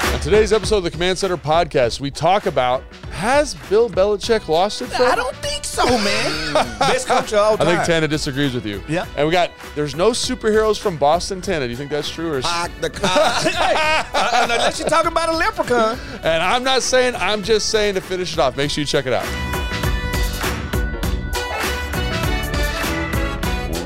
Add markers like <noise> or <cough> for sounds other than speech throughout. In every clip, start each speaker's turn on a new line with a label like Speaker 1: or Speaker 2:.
Speaker 1: On today's episode of the Command Center podcast, we talk about has Bill Belichick lost it?
Speaker 2: I don't think
Speaker 1: <laughs>
Speaker 2: so, man. Best coach of all
Speaker 1: I
Speaker 2: time.
Speaker 1: think Tana disagrees with you.
Speaker 2: Yeah.
Speaker 1: And we got there's no superheroes from Boston, Tana. Do you think that's true? Or
Speaker 2: I, the, I, <laughs> hey, uh, unless you're talking about a leprechaun.
Speaker 1: and I'm not saying, I'm just saying to finish it off. Make sure you check it out.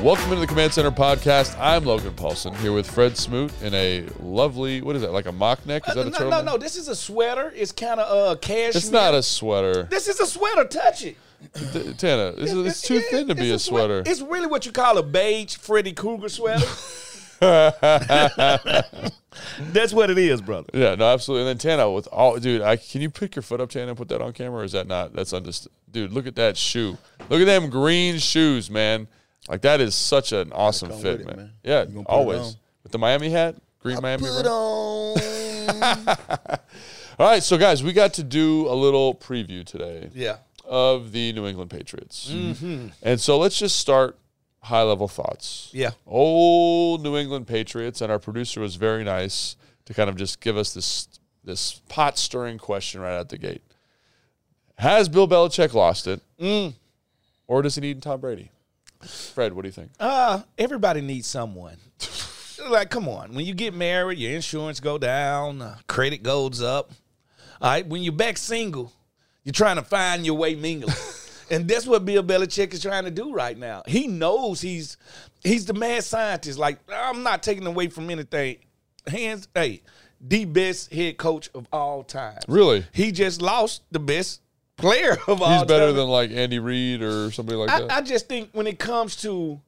Speaker 1: Welcome into the Command Center podcast. I'm Logan Paulson here with Fred Smoot in a lovely, what is that, like a mock neck? Is that a
Speaker 2: no,
Speaker 1: turtleneck?
Speaker 2: no, no. This is a sweater. It's kind of uh, cashmere.
Speaker 1: It's not a <laughs> sweater.
Speaker 2: This is a sweater. Touch it.
Speaker 1: T- Tana, this is, it's too
Speaker 2: Yeah,
Speaker 1: thin to be
Speaker 2: it's
Speaker 1: a sweater.
Speaker 2: It's really what you call a beige Freddy
Speaker 1: <laughs>
Speaker 2: Krueger sweater. <laughs> That's what it is, brother.
Speaker 1: Yeah, no, absolutely. And then Tana with all, dude. I can you pick your foot up, Tana, and put that on camera? Or is that not? That's undis. Dude, look at that shoe. Look at them green shoes, man. Like that is such an awesome
Speaker 2: come
Speaker 1: fit,
Speaker 2: with it,
Speaker 1: man.
Speaker 2: man.
Speaker 1: Yeah,
Speaker 2: gonna put it
Speaker 1: always
Speaker 2: on.
Speaker 1: with the Miami hat, green Miami.
Speaker 2: Put
Speaker 1: run.
Speaker 2: on.
Speaker 1: All right, so guys, we got to do a little preview today
Speaker 2: yeah. Mm-hmm.
Speaker 1: of the New England Patriots, and so let's just start high level thoughts.
Speaker 2: Yeah.
Speaker 1: old New England Patriots, and our producer was very nice to kind of just give us this this pot stirring question right out the gate. Has Bill Belichick lost it, or does he need Tom Brady? Fred, what do you think?
Speaker 2: Uh, everybody needs someone. <laughs> like, come on. When you get married, your insurance go down, uh, credit goes up. All right. When you're back single, you're trying to find your
Speaker 1: <laughs>
Speaker 2: way mingling. and that's what Bill Belichick is trying to do right now. He knows he's he's the mad scientist. Like, I'm not taking away from anything. Hands, hey, the best head coach of all time.
Speaker 1: Really?
Speaker 2: He just lost the best player of all time.
Speaker 1: He's better than like Andy Reid or somebody like that.
Speaker 2: I, I just think when it comes to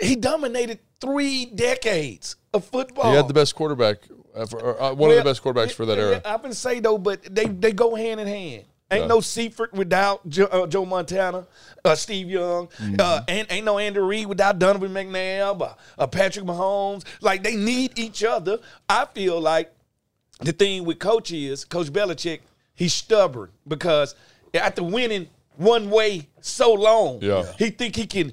Speaker 2: he dominated three decades of football.
Speaker 1: he had the best quarterback, uh, for, or, uh, one of the best quarterbacks for that era.
Speaker 2: I've been say though, but they they go hand in hand. Ain't
Speaker 1: Yeah.
Speaker 2: no Seifert without Joe, uh, Joe Montana, uh, Steve Young,
Speaker 1: Mm-hmm.
Speaker 2: uh, and ain't no Andy Reid without Donovan McNabb, uh, uh, Patrick Mahomes. Like they need each other. I feel like the thing with coach is Coach Belichick, he's stubborn because after winning one way so long,
Speaker 1: Yeah.
Speaker 2: he think he can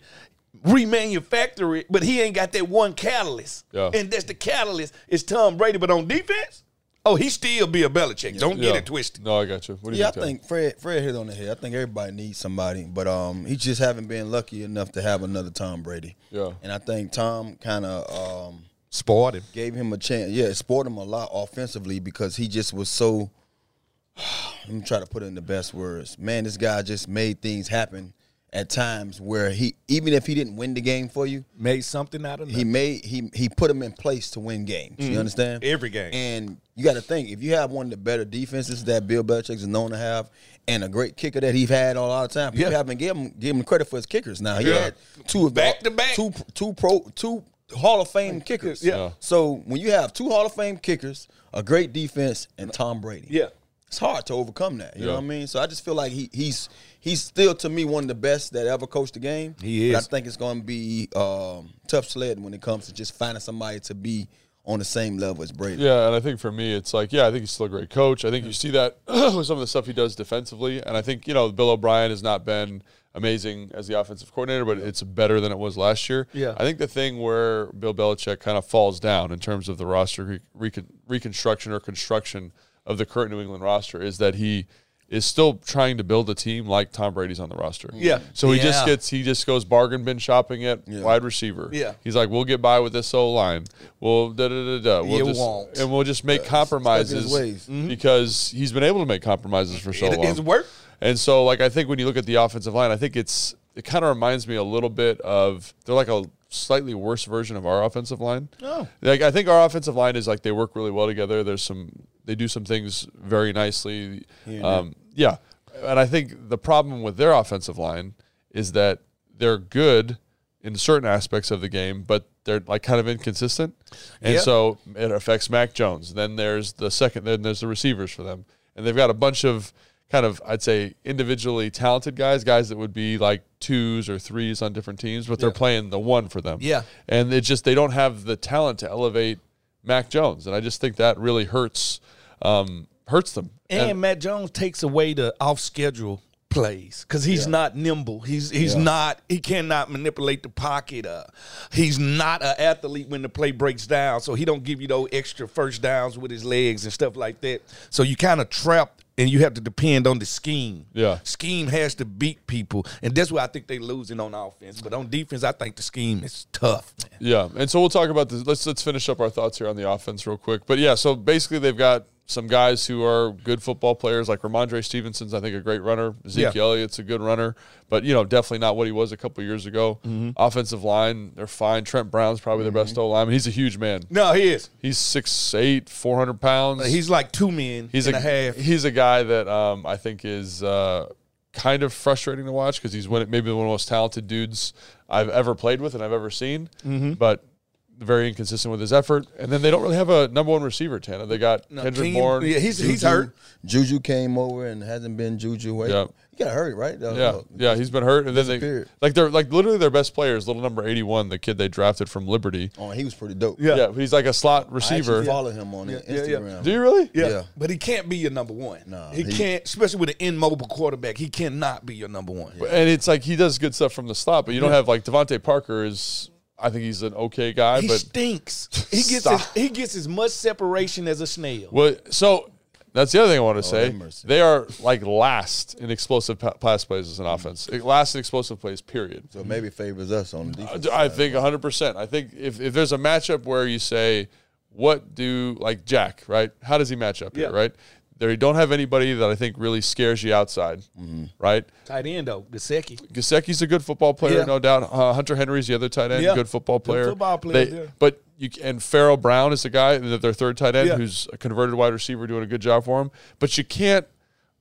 Speaker 2: remanufacture it, but he ain't got that one catalyst.
Speaker 1: Yeah.
Speaker 2: And that's the catalyst is Tom Brady. But on defense, oh, he still be a Belichick. Don't
Speaker 1: Yeah.
Speaker 2: get it twisted.
Speaker 1: No, I got you. What do you
Speaker 3: Yeah, I
Speaker 1: think? Tom?
Speaker 3: think Fred Fred hit on the head. I think everybody needs somebody, but um, he just haven't been lucky enough to have another Tom Brady.
Speaker 1: Yeah.
Speaker 3: and I think Tom kind of um
Speaker 2: Spoiled him.
Speaker 3: gave him a chance. Yeah, it spoiled him a lot offensively because he just was so. <sighs> Let me try to put it in the best words. Man, this guy just made things happen at times where he, even if he didn't win the game for you,
Speaker 2: Made something out of
Speaker 3: he
Speaker 2: nothing.
Speaker 3: made he he put him in place to win games. You understand?
Speaker 2: Mm-hmm. Every game.
Speaker 3: And you got to think if you have one of the better defenses that Bill Belichick is known to have, and a great kicker that he's had all the time. People
Speaker 2: Yeah.
Speaker 3: haven't given him give him credit for his kickers. Now he
Speaker 2: Yeah.
Speaker 3: had two of the-
Speaker 2: Back to back.
Speaker 3: two two pro two Hall of Fame kickers.
Speaker 2: Yeah. Yeah.
Speaker 3: So when you have two Hall of Fame kickers, a great defense, and Tom Brady,
Speaker 2: Yeah.
Speaker 3: it's hard to overcome that. You
Speaker 1: Yeah.
Speaker 3: know what I mean? So I just feel like he he's he's still to me one of the best that ever coached the game.
Speaker 2: He
Speaker 3: But
Speaker 2: is.
Speaker 3: I think it's going to be um, tough sled when it comes to just finding somebody to be on the same level as Brady.
Speaker 1: Yeah, and I think for me, it's like, yeah, I think he's still a great coach. I think you see that <clears throat> with some of the stuff he does defensively, and I think you know Bill O'Brien has not been amazing as the offensive coordinator, but it's better than it was last year.
Speaker 2: Yeah.
Speaker 1: I think the thing where Bill Belichick kind of falls down in terms of the roster re- recon- reconstruction or construction of the current New England roster is that he is still trying to build a team like Tom Brady's on the roster.
Speaker 2: Yeah.
Speaker 1: So he just
Speaker 2: Yeah.
Speaker 1: gets he just goes bargain bin shopping at wide receiver.
Speaker 2: Yeah.
Speaker 1: He's like, we'll get by with this O line. We'll da da da da. We'll
Speaker 2: You
Speaker 1: just,
Speaker 2: won't.
Speaker 1: and we'll just make compromises
Speaker 3: stuck in his ways.
Speaker 1: because he's been able to make compromises for so um,
Speaker 2: Mm-hmm. It-
Speaker 1: long.
Speaker 2: it's worked.
Speaker 1: And so, like, I think when you look at the offensive line, I think it's it kind of reminds me a little bit of they're like a slightly worse version of our offensive line.
Speaker 2: Oh.
Speaker 1: Like I think our offensive line is like they work really well together. There's some they do some things very nicely. Um, yeah, and I think the problem with their offensive line is that they're good in certain aspects of the game, but they're like kind of inconsistent, and
Speaker 2: Yeah.
Speaker 1: so it affects Mac Jones. Then there's the second, then there's the receivers for them, and they've got a bunch of kind of I'd say individually talented guys, guys that would be like twos or threes on different teams, but they're playing the one for them
Speaker 2: Yeah.
Speaker 1: and it just they don't have the talent to elevate Mac Jones, and I just think that really hurts um, hurts them.
Speaker 2: And, Matt Jones takes away the off schedule plays because he's not nimble. He's he's not he cannot manipulate the pocket. Uh, he's not an athlete when the play breaks down, so he don't give you those extra first downs with his legs and stuff like that. So you kind of trapped. And you have to depend on the scheme.
Speaker 1: Yeah.
Speaker 2: scheme has to beat people, and that's why I think they losing on offense. But on defense, I think the scheme is tough. Man.
Speaker 1: Yeah, and so we'll talk about this. Let's let's finish up our thoughts here on the offense real quick. But yeah, so basically they've got some guys who are good football players, like Ramondre Stevenson's, I think, a great runner. Zeke
Speaker 2: Yeah.
Speaker 1: Elliott's a good runner, but you know, definitely not what he was a couple years ago. Offensive line, they're fine. Trent Brown's probably their best O lineman. He's a huge man.
Speaker 2: No, he is.
Speaker 1: He's 6'8", 400 pounds.
Speaker 2: He's like two men
Speaker 1: he's
Speaker 2: and
Speaker 1: a,
Speaker 2: a, half.
Speaker 1: He's a guy that um, I think is uh, kind of frustrating to watch because he's one, maybe one of the most talented dudes I've ever played with and I've ever seen, but very inconsistent with his effort. And then they don't really have a number one receiver. Tanner, they got Kendrick
Speaker 2: King-
Speaker 1: Bourne.
Speaker 2: Yeah, he's he's hurt.
Speaker 3: Juju came over and hasn't been Juju. Wait,
Speaker 1: Yeah.
Speaker 3: he got hurt, right? Uh,
Speaker 1: yeah, yeah, he's been hurt, and then they
Speaker 3: Disappeared.
Speaker 1: like they're like literally their best player is little number eighty one, the kid they drafted from Liberty.
Speaker 3: Oh, he was pretty dope.
Speaker 2: Yeah.
Speaker 1: Yeah, he's like a slot
Speaker 3: I actually
Speaker 1: receiver.
Speaker 3: follow him on
Speaker 2: yeah, yeah.
Speaker 3: Instagram.
Speaker 1: Do you really?
Speaker 2: Yeah.
Speaker 3: Yeah.
Speaker 2: But he can't be your number one.
Speaker 3: No,
Speaker 2: he,
Speaker 3: he-
Speaker 2: can't, especially with an immobile quarterback. He cannot be your number one.
Speaker 1: And it's like he does good stuff from the slot, but you don't have like Devontae Parker is. I think he's an okay guy,
Speaker 2: He
Speaker 1: but
Speaker 2: stinks.
Speaker 1: <laughs>
Speaker 2: He gets
Speaker 1: Stop.
Speaker 2: as, he gets as much separation as a snail.
Speaker 1: Well, so that's the other thing I want to say.
Speaker 3: Oh, have mercy.
Speaker 1: They are like last in explosive pa- pass plays
Speaker 3: Hmm.
Speaker 1: as an offense. Last in explosive plays, period.
Speaker 3: So maybe it favors us on the
Speaker 2: Uh,
Speaker 3: defense.
Speaker 1: I think 100%. I think if, if there's a matchup where you say, what do, like Jack, right? How does he match up here,
Speaker 2: Yeah.
Speaker 1: right? They don't have anybody that I think really scares you outside,
Speaker 3: Mm-hmm.
Speaker 1: right?
Speaker 2: Tight end though, Gasecki.
Speaker 1: Gasecki's a good football player,
Speaker 2: Yeah.
Speaker 1: no doubt. Uh, Hunter Henry's the other tight end,
Speaker 2: Yeah.
Speaker 1: good football
Speaker 2: Good
Speaker 1: player.
Speaker 2: football player, yeah.
Speaker 1: But you c- and Farrell Brown is the guy, th- their third tight end,
Speaker 2: Yeah.
Speaker 1: who's a converted wide receiver, doing a good job for him. But you can't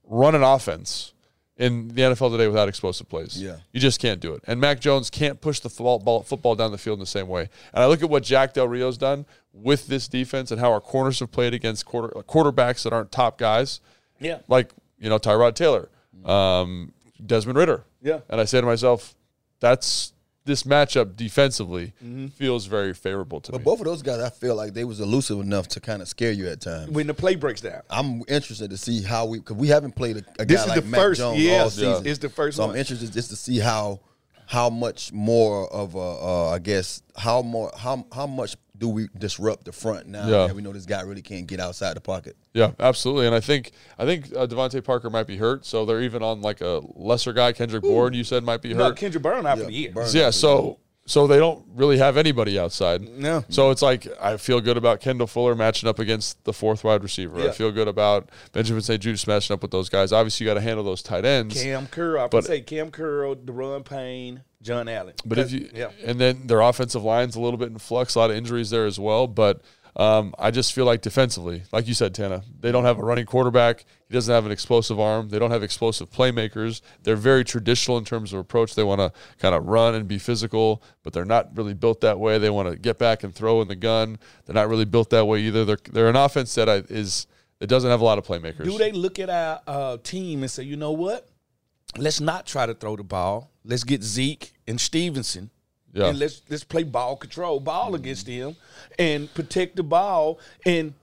Speaker 1: run an offense in the NFL today without explosive plays.
Speaker 3: Yeah.
Speaker 1: you just can't do it. And Mac Jones can't push the fo- ball, football down the field in the same way. And I look at what Jack Del Rio's done with this defense and how our corners have played against quarter, quarterbacks that aren't top guys
Speaker 2: Yeah.
Speaker 1: like you know Tyrod Taylor, um, Desmond Ritter.
Speaker 2: Yeah.
Speaker 1: and I say to myself, that's this matchup defensively
Speaker 2: Mm-hmm.
Speaker 1: feels very favorable to me.
Speaker 3: Both of those guys, I feel like they was elusive enough to kind of scare you at times.
Speaker 2: When the play breaks down.
Speaker 3: I'm interested to see how we because we haven't played a, a
Speaker 2: This
Speaker 3: guy
Speaker 2: is
Speaker 3: like
Speaker 2: the
Speaker 3: Mac
Speaker 2: first-
Speaker 3: Jones
Speaker 2: yeah,
Speaker 3: all season.
Speaker 2: it's the first
Speaker 3: So
Speaker 2: one.
Speaker 3: I'm interested just to see how how much more of a uh, I guess how more how how much do we disrupt the front now
Speaker 1: Yeah.
Speaker 3: that we know this guy really can't get outside the pocket.
Speaker 1: yeah, absolutely. And I think I think uh, Devontae Parker might be hurt, so they're even on like a lesser guy. Kendrick Bourne, you said might be
Speaker 2: No,
Speaker 1: hurt.
Speaker 2: Kendrick Brown out for the year.
Speaker 3: Burn.
Speaker 1: yeah, so so they don't really have anybody outside.
Speaker 2: No.
Speaker 1: So it's like I feel good about Kendall Fuller matching up against the fourth wide receiver. I
Speaker 2: Yeah.
Speaker 1: feel good about Benjamin St. Jude matching up with those guys. Obviously, you got to handle those tight ends.
Speaker 2: Cam Curl. I would
Speaker 1: But-
Speaker 2: say Cam Curl, Deron Payne, John Allen.
Speaker 1: But if you
Speaker 2: yeah.
Speaker 1: and then their offensive line's a little bit in flux, a lot of injuries there as well. But um, I just feel like defensively, like you said, Tana, they don't have a running quarterback. He doesn't have an explosive arm. They don't have explosive playmakers. They're very traditional in terms of approach. They want to kind of run and be physical, but they're not really built that way. They want to get back and throw in the gun. They're not really built that way either. They're they're an offense that I, is that doesn't have a lot of playmakers.
Speaker 2: Do they look at our uh, team and say, you know what? Let's not try to throw the ball. Let's get Zeke and Stevenson.
Speaker 1: Yeah. Mm-hmm.
Speaker 2: And let's let's play ball control, ball against them, and protect the ball and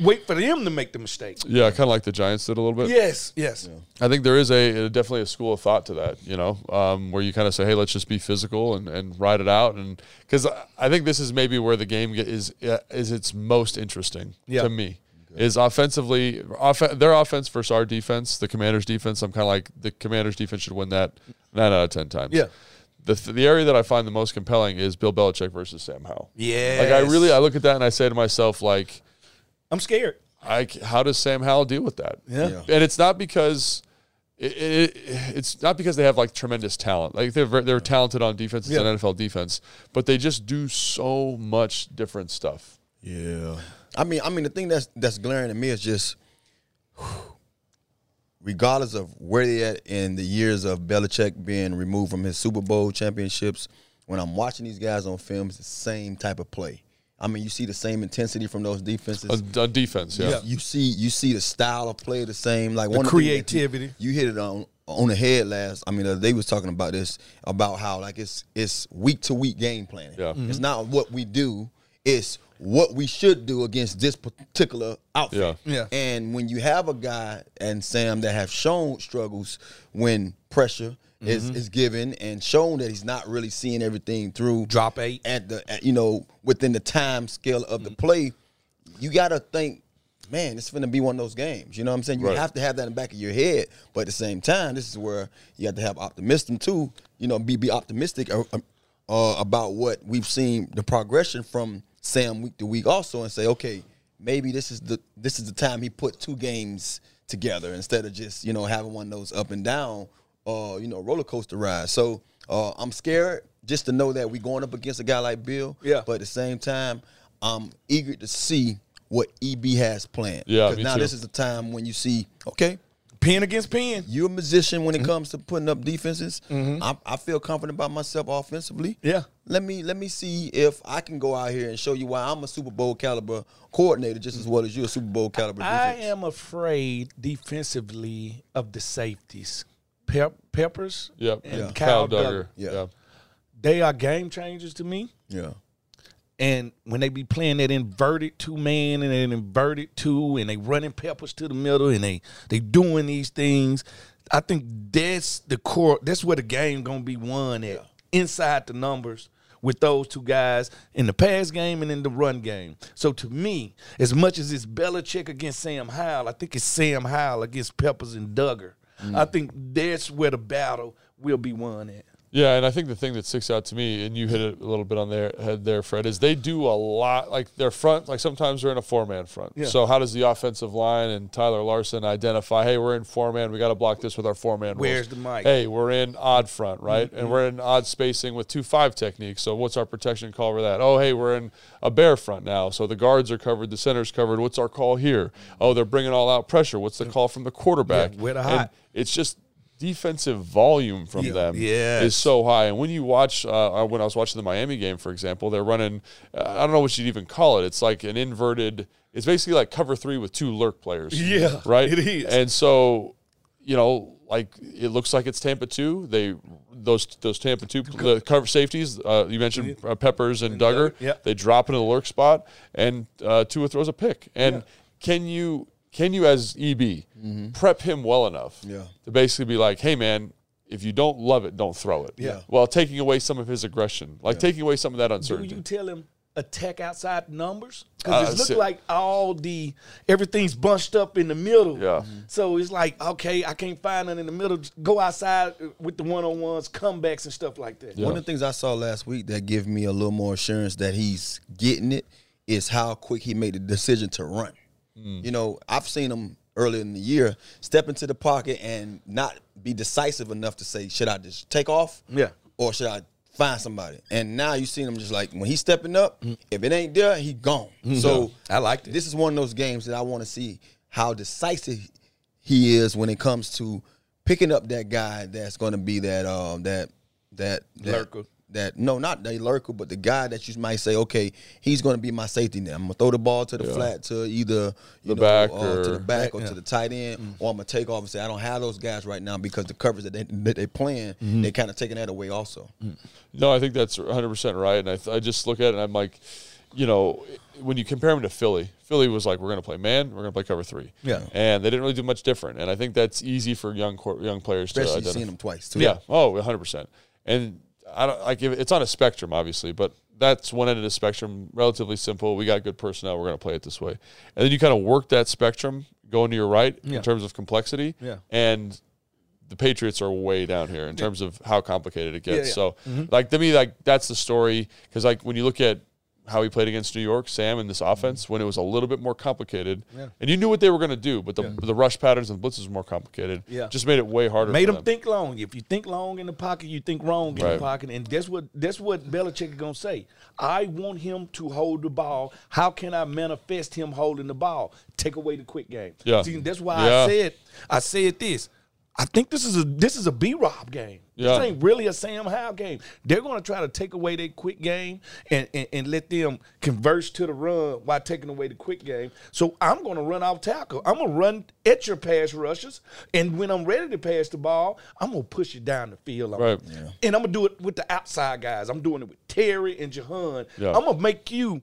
Speaker 2: wait for them to make the mistake.
Speaker 1: yeah, kind of like the Giants did a little bit.
Speaker 2: Yes, yes.
Speaker 1: I think there is a, a- definitely a school of thought to that, you know, um, where you kind of say, "Hey, let's just be physical and, and ride it out," and because I, I think this is maybe where the game get, is uh, is its most interesting
Speaker 2: Yeah.
Speaker 1: to me is offensively off, their offense versus our defense, the Commanders' defense. I'm kind of like the Commanders' defense should win that nine out of ten times.
Speaker 2: Yeah.
Speaker 1: The, th- the area that I find the most compelling is Bill Belichick versus Sam Howell. Like I
Speaker 2: Yes.
Speaker 1: really I look at that and I say to myself like
Speaker 2: I'm scared.
Speaker 1: I c how does Sam Howell deal with that?
Speaker 2: Yeah.
Speaker 1: and it's not because it, it, it's not because they have like tremendous talent. Like they're ver- they're talented on defense, it's
Speaker 2: Yeah.
Speaker 1: an NFL defense, but they just do so much different stuff.
Speaker 3: Yeah. I mean, I mean, the thing that's that's glaring to me is just, whew, regardless of where they at in the years of Belichick being removed from his Super Bowl championships, when I'm watching these guys on film, it's the same type of play. I mean, you see the same intensity from those defenses.
Speaker 1: On, on defense, yeah.
Speaker 3: You see, you see the style of play the same. Like one of the things that you-
Speaker 2: creativity.
Speaker 3: You, hit it on on the head last. I mean, uh, they was talking about this about how like it's it's week to week game planning.
Speaker 2: Mm-hmm.
Speaker 1: Yeah.
Speaker 3: It's not what we do. It's what we should do against this particular outfit.
Speaker 2: Yeah. Yeah.
Speaker 3: And when you have a guy and Sam that have shown struggles when pressure is,
Speaker 2: Mm-hmm.
Speaker 3: is given and shown that he's not really seeing everything through
Speaker 2: Drop eight.
Speaker 3: at the at, you know within the time scale of the play, you got to think, man, it's going to be one of those games. You know what I'm saying? You
Speaker 1: Right.
Speaker 3: have to have that in the back of your head, but at the same time, this is where you have to have optimism too. You know, be be optimistic uh, uh, about what we've seen the progression from Sam week to week, also, and say, okay, maybe this is the this is the time he put two games together instead of just you know having one of those up and down uh, you know, roller coaster ride. So uh, I'm scared just to know that we're going up against a guy like Bill.
Speaker 2: Yeah.
Speaker 3: But at the same time, I'm eager to see what EB has planned.
Speaker 1: Yeah,
Speaker 3: Because
Speaker 1: me
Speaker 3: now
Speaker 1: too.
Speaker 3: this is the time when you see, okay,
Speaker 2: Pin against pin.
Speaker 3: you're a musician
Speaker 1: Mm-hmm.
Speaker 3: when it comes to putting up defenses. I, I feel confident about myself offensively.
Speaker 2: Yeah.
Speaker 3: Let me let me see if I can go out here and show you why I'm a Super Bowl caliber coordinator just as well as you're a Super Bowl caliber.
Speaker 2: I
Speaker 3: defense.
Speaker 2: am afraid defensively of the safeties. Pep, Peppers
Speaker 1: Yep.
Speaker 2: and
Speaker 1: Yeah.
Speaker 2: Kyle, Duggar.
Speaker 3: Yeah.
Speaker 1: yeah.
Speaker 2: They are game changers to me.
Speaker 3: Yeah.
Speaker 2: And when they be playing that inverted two man and that inverted two and they running peppers to the middle and they they doing these things, I think that's the core. That's where the game gonna be won at inside the numbers with those two guys in the pass game and in the run game. So to me, as much as it's Belichick against Sam Howell, I think it's Sam Howell against Peppers and Duggar. I think that's where the battle will be won at.
Speaker 1: Yeah, and I think the thing that sticks out to me, and you hit it a little bit on their head there, Fred, is they do a lot. Like their front, like sometimes they're in a four man front. So how does the offensive line and Tyler Larson identify? Hey, we're in four man. We got to block this with our four man.
Speaker 2: Where's the mic? Mm-hmm.
Speaker 1: Hey, we're in odd front, right? And we're in odd spacing with two five techniques. So what's our protection call for that? Oh, hey, we're in a bear front now. So the guards are covered, the center's covered. What's our call here? Oh, they're bringing all out pressure. What's the call from the quarterback?
Speaker 2: Yeah, where the
Speaker 1: And
Speaker 2: hot.
Speaker 1: It's just defensive volume from them
Speaker 2: Yes.
Speaker 1: is so high. And when you watch, uh, uh, when I was watching the Miami game, for example, they're running, uh, I don't know what you'd even call it. It's like an inverted, it's basically like cover three with two lurk players.
Speaker 2: Yeah,
Speaker 1: Right?
Speaker 2: it is.
Speaker 1: And so, you know, like it looks like it's Tampa 2. They, those those Tampa 2 the cover safeties, uh, you mentioned uh, Peppers and, Duggar,
Speaker 2: Duggar, yeah.
Speaker 1: they drop into the lurk spot and uh, Tua throws a pick. And can you, can you as EB
Speaker 2: Mm-hmm.
Speaker 1: prep him well enough
Speaker 3: Yeah.
Speaker 1: to basically be like, hey man, if you don't love it, don't throw it.
Speaker 3: Yeah.
Speaker 1: While taking away some of his aggression, like taking away some of that
Speaker 2: Will
Speaker 1: uncertainty.
Speaker 2: you tell him attack outside numbers? Because
Speaker 1: Uh,
Speaker 2: it looked
Speaker 1: so-
Speaker 2: like all the everything's bunched up in the middle. Mm-hmm.
Speaker 1: Yeah.
Speaker 2: So it's like, okay, I can't find none in the middle. Just Go outside with the one on ones, comebacks, and stuff like that.
Speaker 1: Yeah.
Speaker 3: One of the things I saw last week that give me a little more assurance that he's getting it is how quick he made the decision to run.
Speaker 2: Hmm.
Speaker 3: You know, I've seen him earlier in the year step into the pocket and not be decisive enough to say, should I just take off?
Speaker 2: Yeah.
Speaker 3: Or should I find somebody? And now you seen him just like when he's stepping up, if it ain't there, he gone. So
Speaker 2: Hmm. I liked it.
Speaker 3: This is one of those games that I want to see how decisive he is when it comes to picking up that guy that's going to be that um that that that,
Speaker 2: Lurker.
Speaker 3: That no, not the lurker, but the guy that you might say, okay, he's going to be my safety net. I'm gonna throw the ball to the flat to either
Speaker 1: The
Speaker 3: you know,
Speaker 1: back
Speaker 3: uh, to
Speaker 1: or-
Speaker 3: the back or to the tight end,
Speaker 2: Mm.
Speaker 3: or I'm gonna take off and say I don't have those guys right now because the covers that they that they playing,
Speaker 2: Mm-hmm.
Speaker 3: they kind of taking that away also.
Speaker 2: Mm.
Speaker 1: No, I think that's 100% right. And I, th- I just look at it and I'm like, you know, when you compare him to Philly, Philly was like, we're going to play man, we're going to play cover three.
Speaker 3: Yeah.
Speaker 1: And they didn't really do much different. And I think that's easy for young cor- young players to
Speaker 3: Especially
Speaker 1: identify.
Speaker 3: seeing them twice too.
Speaker 1: Yeah. Oh, 100 percent. And I don't like if it's on a spectrum, obviously, but that's one end of the spectrum. Relatively simple. We got good personnel. We're going to play it this way, and then you kind of work that spectrum going to your right in terms of complexity.
Speaker 2: Yeah.
Speaker 1: And the Patriots are way down here in terms of how complicated it gets.
Speaker 2: yeah. Mm-hmm.
Speaker 1: So, like to me, like that's the story because like when you look at how he played against New York, Sam, in this
Speaker 2: Mm-hmm.
Speaker 1: offense when it was a little bit more complicated, and you knew what they were going to do, but the, the rush patterns and blitzes were more complicated.
Speaker 2: Yeah.
Speaker 1: Just made it way harder.
Speaker 2: Made
Speaker 1: for
Speaker 2: them think long. If you think long in the pocket, you think wrong in
Speaker 1: Right.
Speaker 2: the pocket, and that's what that's what Belichick is gonna say. I want him to hold the ball. How can I manifest him holding the ball? Take away the quick game.
Speaker 1: Yeah.
Speaker 2: See, that's why
Speaker 1: Yeah.
Speaker 2: I said I said this. I think this is a this is a B Rob game.
Speaker 1: Yeah.
Speaker 2: This ain't really a Sam Howe game. They're gonna try to take away their quick game and, and, and let them converge to the run while taking away the quick game. So I'm gonna run off tackle. I'm gonna run at your pass rushes, and when I'm ready to pass the ball, I'm gonna push it down the field. on
Speaker 1: Right.
Speaker 2: you. And I'm gonna do it with the outside guys. I'm doing it with Terry and Jahan.
Speaker 1: Yeah.
Speaker 2: I'm gonna make you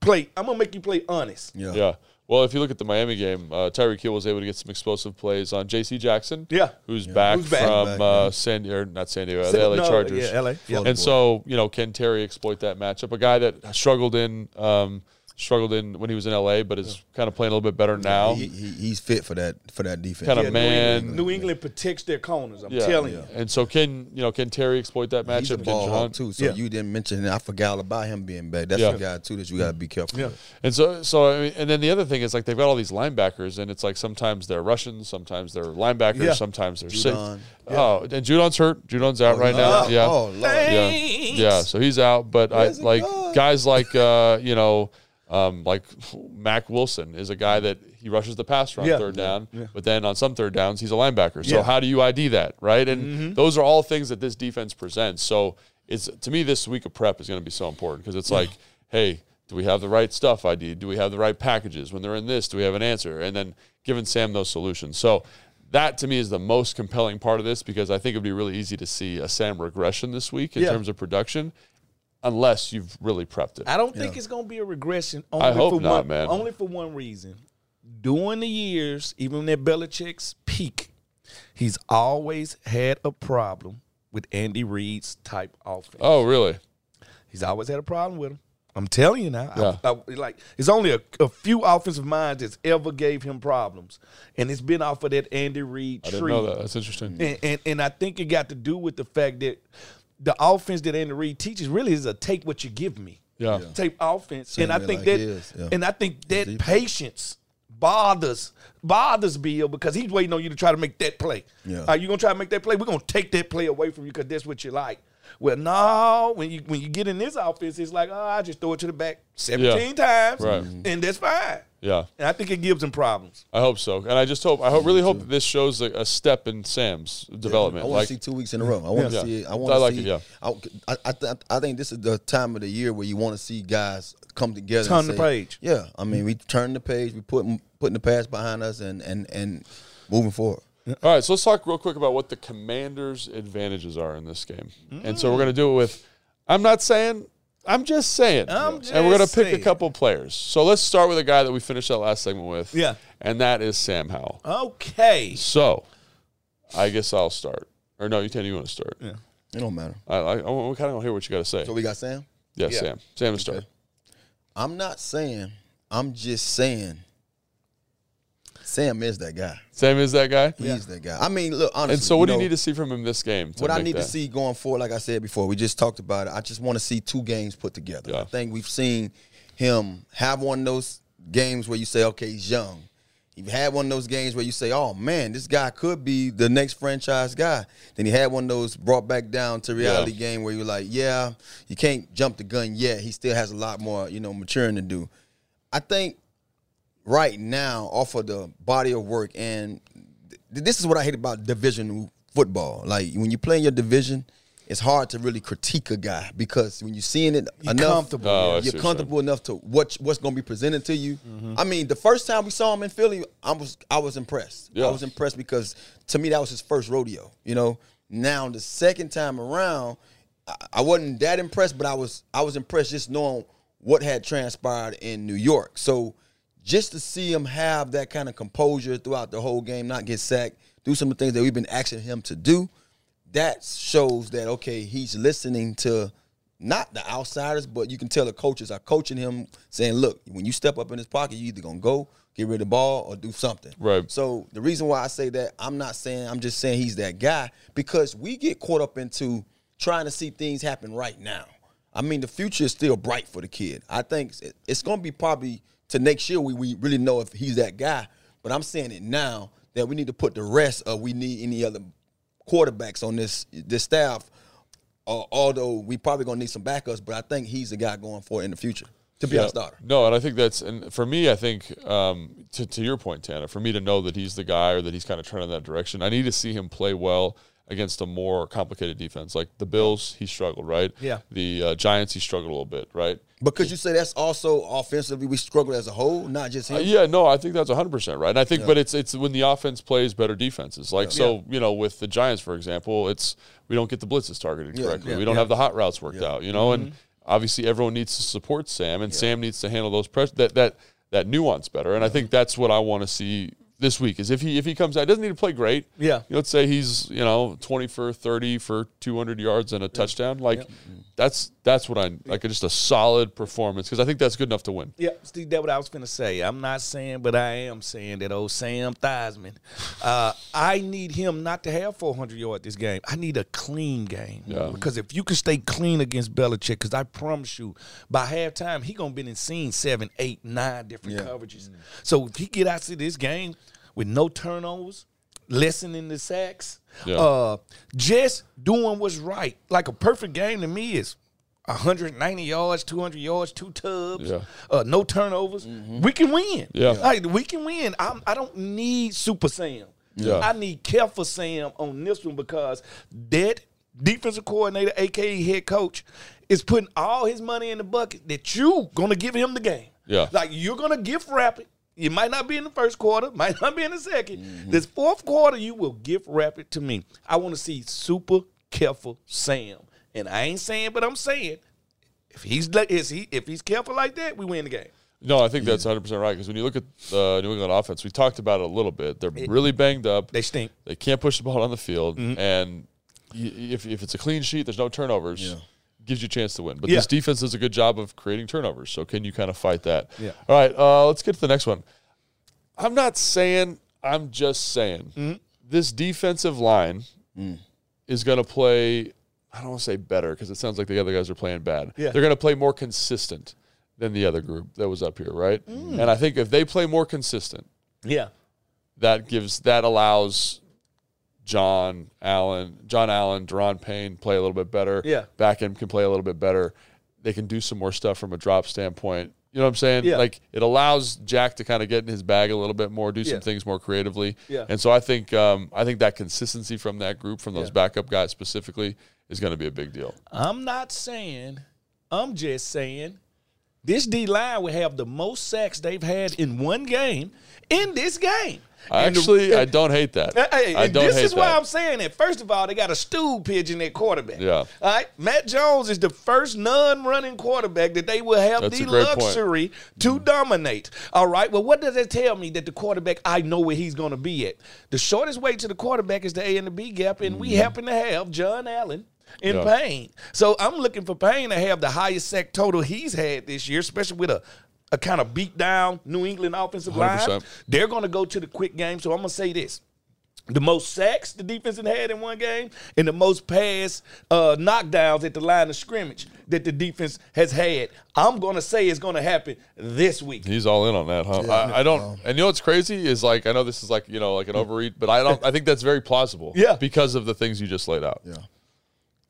Speaker 2: play. I'm gonna make you play honest.
Speaker 3: Yeah.
Speaker 1: Yeah. Well, if you look at the Miami game, uh, Tyreek Hill was able to get some explosive plays on J.C. Jackson,
Speaker 2: Yeah.
Speaker 1: who's, back
Speaker 2: Who's back.
Speaker 1: from
Speaker 3: Back,
Speaker 1: uh, San or not San Diego,
Speaker 2: Sa-
Speaker 1: the L.A.
Speaker 2: no,
Speaker 1: Chargers,
Speaker 2: yeah, LA, yeah.
Speaker 1: And so you know, can Terry exploit that matchup? A guy that struggled in um, struggled in when he was in L.A., but is kind of playing a little bit better now.
Speaker 3: He, he, he's fit for that for that defense.
Speaker 1: Um, Kinda
Speaker 2: Yeah, New
Speaker 1: man.
Speaker 2: England- New England protects their corners. I'm
Speaker 1: yeah.
Speaker 2: telling you.
Speaker 1: And so can you know can Terry exploit that matchup?
Speaker 3: He's a
Speaker 1: Can
Speaker 3: ball
Speaker 1: Jahan-
Speaker 3: hawk too. So
Speaker 2: Yeah.
Speaker 3: you didn't mention it. I forgot all about him being back. That's
Speaker 1: Yeah.
Speaker 3: a guy too that you gotta be careful.
Speaker 2: Yeah.
Speaker 3: with.
Speaker 1: And so, so I mean, and then the other thing is like they've got all these linebackers, and it's like sometimes they're Russians, sometimes they're linebackers,
Speaker 2: Yeah.
Speaker 1: sometimes they're sick.
Speaker 3: Judon.
Speaker 1: Oh, and Judon's hurt. Judon's out right now.
Speaker 3: Oh,
Speaker 1: uh, yeah,
Speaker 3: Oh Lord.
Speaker 1: yeah,
Speaker 2: Thanks.
Speaker 1: yeah. So he's out. But I
Speaker 3: Where's it
Speaker 1: like
Speaker 3: gone?
Speaker 1: guys like uh, you know. Um, like Mac Wilson is a guy that he rushes the pass on
Speaker 2: Yeah.
Speaker 1: third down, but then on some third downs he's a linebacker. So
Speaker 2: Yeah. Mm-hmm.
Speaker 1: how do you ID that, right? And those are all things that this defense presents. So it's to me this week of prep is going to be so important because it's like, hey, do we have the right stuff ID? Do we have the right packages when they're in this? Do we have an answer? And then giving Sam those solutions. So that to me is the most compelling part of this because I think it'd be really easy to see a Sam regression this week in
Speaker 2: Yeah.
Speaker 1: terms of production, unless you've really prepped it.
Speaker 2: I don't think it's gonna be a regression. Only
Speaker 1: I hope
Speaker 2: for
Speaker 1: not,
Speaker 2: one,
Speaker 1: man.
Speaker 2: Only for one reason. During the years, even at Belichick's peak, he's always had a problem with Andy Reid's type offense.
Speaker 1: Oh, really?
Speaker 2: He's always had a problem with him. I'm telling you now. I-
Speaker 1: Yeah.
Speaker 2: I- like it's only a, a few offensive minds that's ever gave him problems, and it's been off of that Andy Reid
Speaker 1: I didn't
Speaker 2: tree.
Speaker 1: know that. That's interesting.
Speaker 2: And, and and I think it got to do with the fact that the offense that Andy Reid teaches really is a take what you give me.
Speaker 1: Yeah. Yeah.
Speaker 2: Take offense,
Speaker 3: Same
Speaker 2: and I
Speaker 3: way
Speaker 2: think
Speaker 3: like
Speaker 2: that,
Speaker 3: his, yeah.
Speaker 2: and I think that patience bothers bothers Bill because he's waiting on you to try to make that play.
Speaker 3: Yeah.
Speaker 2: Are you gonna try to make that play? We're gonna take that play away from you because that's what you like. Well, no, when you when you get in this offense, it's like, oh, I just throw it to the back seventeen times,
Speaker 1: Right.
Speaker 2: and that's fine.
Speaker 1: Yeah.
Speaker 2: And I think it gives him problems.
Speaker 1: I hope so, and I just hope. I hope, really hope that this shows a, a step in Sam's development.
Speaker 3: I want
Speaker 1: like,
Speaker 3: to see two weeks in a row. I want to
Speaker 1: Yeah.
Speaker 3: see it. I
Speaker 1: I
Speaker 3: want to
Speaker 1: like
Speaker 3: see.
Speaker 1: it, yeah.
Speaker 3: I, I, th- I think this is the time of the year where you want to see guys come together.
Speaker 2: Turn
Speaker 3: and
Speaker 2: the
Speaker 3: say-
Speaker 2: page.
Speaker 3: Yeah, I mean, we turn the page. We put putting the past behind us and and and moving forward.
Speaker 1: all right, so let's talk real quick about what the Commanders' advantages are in this game, and so we're
Speaker 3: Mm.
Speaker 1: going to do it with. I'm not saying. I'm just saying.
Speaker 2: I'm
Speaker 1: and we're going
Speaker 2: just
Speaker 1: to pick
Speaker 2: saying.
Speaker 1: a couple players. So let's start with a guy that we finished that last segment with.
Speaker 2: Yeah.
Speaker 1: and that is Sam Howell.
Speaker 2: Okay.
Speaker 1: So, I guess I'll start. Or no, you tell you want to start.
Speaker 3: It don't matter.
Speaker 1: I, I, I kind of want to hear what you got to say.
Speaker 3: So we got Sam.
Speaker 1: yeah,
Speaker 2: Yeah.
Speaker 1: Sam. Sam is start.
Speaker 3: I'm not saying. I'm just saying. Sam is that guy.
Speaker 1: Sam is that guy.
Speaker 3: He's that guy. I mean, look honestly.
Speaker 1: And so, what do you
Speaker 3: know,
Speaker 1: need to see from him this game? To
Speaker 3: What I
Speaker 1: make
Speaker 3: need
Speaker 1: that?
Speaker 3: to see going forward, like I said before, we just talked about it. I just want to see two games put together.
Speaker 1: Yeah.
Speaker 3: I think we've seen him have one of those games where you say, okay, he's young. He had one of those games where you say, oh man, this guy could be the next franchise guy. Then he had one of those brought back down to reality
Speaker 1: Yeah.
Speaker 3: game where you're like, yeah, you can't jump the gun yet. He still has a lot more, you know, maturing to do. I think right now off of the body of work and th- this is what I hate about division football. Like when you play in your division, it's hard to really critique a guy because when you're seeing it
Speaker 2: You're
Speaker 3: enough,
Speaker 2: comfortable.
Speaker 1: Oh, I see what you're
Speaker 3: you're
Speaker 1: Mm-hmm.
Speaker 3: comfortable enough to what what's going to be presented to you. I mean, the first time we saw him in Philly, I was I was impressed.
Speaker 1: Yeah.
Speaker 3: I was impressed because to me that was his first rodeo. You know, now the second time around, I, I wasn't that impressed, but I was I was impressed just knowing what had transpired in New York. So just to see him have that kind of composure throughout the whole game, not get sacked, do some of the things that we've been asking him to do, that shows that okay, he's listening to not the outsiders, but you can tell the coaches are coaching him, saying, "Look, when you step up in this pocket, you either gonna go get rid of the ball or do something."
Speaker 1: Right.
Speaker 3: So the reason why I say that, I'm not saying I'm just saying he's that guy because we get caught up into trying to see things happen right now. I mean, the future is still bright for the kid. I think it's- it's going to be probably to next year we, we really know if he's that guy. But I'm saying it now that we need to put the rest of we need any other quarterbacks on this this staff. Uh, although we probably gonna need some backups, but I think he's the guy going for it in the future to be
Speaker 1: Yeah.
Speaker 3: our starter.
Speaker 1: No, and I think that's and for me, I think um, to to your point, Tana, for me to know that he's the guy or that he's kind of turning that direction, I need to see him play well against a more complicated defense. Like the Bills, he struggled, right?
Speaker 2: Yeah.
Speaker 1: The uh, Giants, he struggled a little bit, right?
Speaker 3: Because you say that's also offensively we struggle as a whole, not just him.
Speaker 1: Uh, yeah, no, I think that's 100% right. And I think, but it's it's when the offense plays better defenses. Like, so, you know, with the Giants, for example, it's we don't get the blitzes targeted correctly.
Speaker 3: yeah,
Speaker 1: we don't have the hot routes worked out, you know, and obviously everyone needs to support Sam, and Sam needs to handle those press that that that nuance better. And I think that's what I want to see this week is if he if he comes out, doesn't need to play great.
Speaker 2: Yeah.
Speaker 1: You know, let's say he's you know twenty for thirty for two hundred yards and a touchdown. Like that's that's what I like just a solid performance because I think that's good enough to win.
Speaker 2: Yep, Steve, that's what I was going to say. I'm not saying, but I am saying that old Sam Theismann, uh, I need him not to have 400 yard this game. I need a clean game.
Speaker 1: Yeah.
Speaker 2: Because if you can stay clean against Belichick, because I promise you, by halftime, he going to be in scene seven, eight, nine different
Speaker 3: Yeah.
Speaker 2: coverages. So if he get out to this game with no turnovers, lessening the sacks,
Speaker 1: Yeah.
Speaker 2: uh, just doing what's right. Like a perfect game to me is 190 yards, 200 yards, two tubs,
Speaker 1: Yeah. Mm-hmm.
Speaker 2: uh, no turnovers. We can win.
Speaker 1: Yeah.
Speaker 2: Like, we can win. I'm, I don't need Super Sam.
Speaker 1: Yeah.
Speaker 2: I need careful Sam on this one because that defensive coordinator, aka head coach, is putting all his money in the bucket that you gonna give him the game.
Speaker 1: Yeah.
Speaker 2: Like you're gonna gift wrap it. It might not be in the first quarter, <laughs> might not be in the 2nd
Speaker 1: Mm-hmm.
Speaker 2: This fourth quarter, you will gift wrap it to me. I want to see super careful Sam. And I ain't saying, but I'm saying, if he's like- is he if he's careful like that, we win the game.
Speaker 1: No, I think that's 100 percent right because when you look at uh, New England offense, we talked about it a little bit. They're really banged up.
Speaker 2: They stink.
Speaker 1: They can't push the ball on the field,
Speaker 2: Mm-hmm.
Speaker 1: and y- if if it's a clean sheet, there's no turnovers. Gives you a chance to win, but
Speaker 2: Yeah.
Speaker 1: this defense does a good job of creating turnovers. So can you kind of fight that?
Speaker 2: Yeah.
Speaker 1: All right, uh, let's get to the next one. I'm not saying. I'm just saying
Speaker 2: Mm-hmm.
Speaker 1: this defensive line
Speaker 2: Mm.
Speaker 1: is going to play. I don't want to say better because it sounds like the other guys are playing bad.
Speaker 2: Yeah.
Speaker 1: They're going to play more consistent than the other group that was up here, right?
Speaker 2: Mm.
Speaker 1: And I think if they play more consistent,
Speaker 2: Yeah.
Speaker 1: that gives that allows John Allen, John Allen, Deron Payne play a little bit better.
Speaker 2: Yeah.
Speaker 1: Backham can play a little bit better. They can do some more stuff from a drop standpoint. You know what I'm saying?
Speaker 2: Yeah.
Speaker 1: Like it allows Jack to kind of get in his bag a little bit more, do
Speaker 2: Yeah.
Speaker 1: some things more creatively.
Speaker 2: Yeah.
Speaker 1: And so I think um, I think that consistency from that group, from those backup guys specifically, is going to be a big deal.
Speaker 2: I'm not saying, I'm just saying this D line will have the most sacks they've had in one game in this game.
Speaker 1: I
Speaker 2: And the-
Speaker 1: actually I don't hate that.
Speaker 2: Hey,
Speaker 1: I
Speaker 2: and
Speaker 1: don't
Speaker 2: this
Speaker 1: hate
Speaker 2: is why
Speaker 1: that.
Speaker 2: I'm saying that. First of all, they got a stool pigeon at quarterback.
Speaker 1: Yeah.
Speaker 2: All right. Matt Jones is the first non-running quarterback that they will have
Speaker 1: That's
Speaker 2: the
Speaker 1: a great point. Mm-hmm.
Speaker 2: luxury to dominate. All right. Well, what does that tell me that the quarterback I know where he's going to be at? The shortest way to the quarterback is the A and the B gap, and we happen to have John Allen. In
Speaker 1: Mm-hmm. Yeah.
Speaker 2: Payne. So I'm looking for Payne to have the highest sack total he's had this year, especially with a, a kind of beat down New England offensive line.
Speaker 1: 100%.
Speaker 2: They're going to go to the quick game. So I'm going to say this. The most sacks the defense had had in one game, and the most pass uh, knockdowns at the line of scrimmage that the defense has had. I'm gonna say it's gonna happen this week.
Speaker 1: He's all in on that, huh? I, I don't. And you know what's crazy is like I know this is like you know like an overeat, but I don't. I think that's very plausible.
Speaker 2: <laughs> Yeah.
Speaker 1: because of the things you just laid out. Yeah,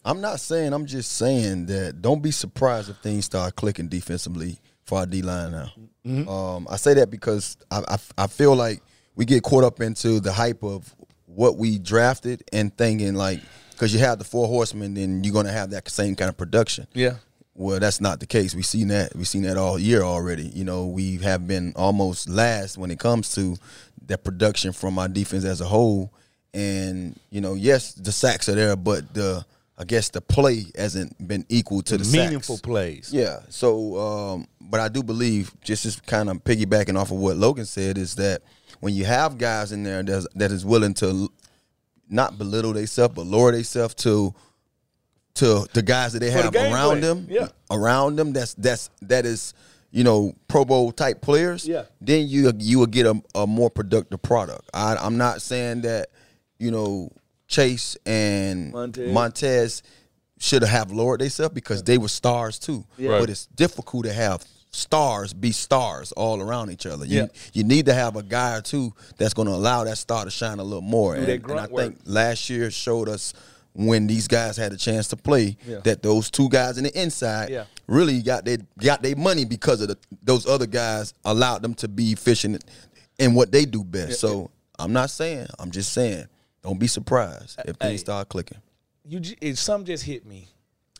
Speaker 3: I'm not saying. I'm just saying that don't be surprised if things start clicking defensively for our D line now. Um, I say that because I, I I feel like we get caught up into the hype of what we drafted and thinking like because you have the four horsemen, then you're gonna have that same kind of production.
Speaker 2: Yeah.
Speaker 3: Well, that's not the case. We've seen that. We've seen that all year already. You know, we have been almost last when it comes to that production from our defense as a whole. And you know, yes, the sacks are there, but the I guess the play hasn't been equal to the
Speaker 2: Meaningful
Speaker 3: sacks.
Speaker 2: plays.
Speaker 3: Yeah. So, um, but I do believe just as kind of piggybacking off of what Logan said is that when you have guys in there that's, that is willing to l- not belittle themselves but lower themselves to to the guys that they
Speaker 2: the
Speaker 3: have
Speaker 2: game plan.
Speaker 3: around them,
Speaker 2: Yeah.
Speaker 3: around them. That's that's that is you know Pro Bowl type players.
Speaker 2: Yeah.
Speaker 3: Then you you will get a, a more productive product. I, I'm not saying that you know Chase and
Speaker 2: Montez.
Speaker 3: Montez should have lowered themselves because they were stars too.
Speaker 1: Right.
Speaker 3: But it's difficult to have stars be stars all around each other. You,
Speaker 2: Yeah.
Speaker 3: you need to have a guy or two that's going to allow that star to shine a little more.
Speaker 2: that
Speaker 3: And, and I
Speaker 2: grunt work.
Speaker 3: think last year showed us when these guys had a chance to play
Speaker 2: Yeah.
Speaker 3: that those two guys in the inside
Speaker 2: Yeah.
Speaker 3: really got they got their money because of the, those other guys allowed them to be efficient in what they do best. So I'm not saying, I'm just saying, don't be surprised if
Speaker 2: Hey.
Speaker 3: things start clicking.
Speaker 2: You ju- it, some just hit me.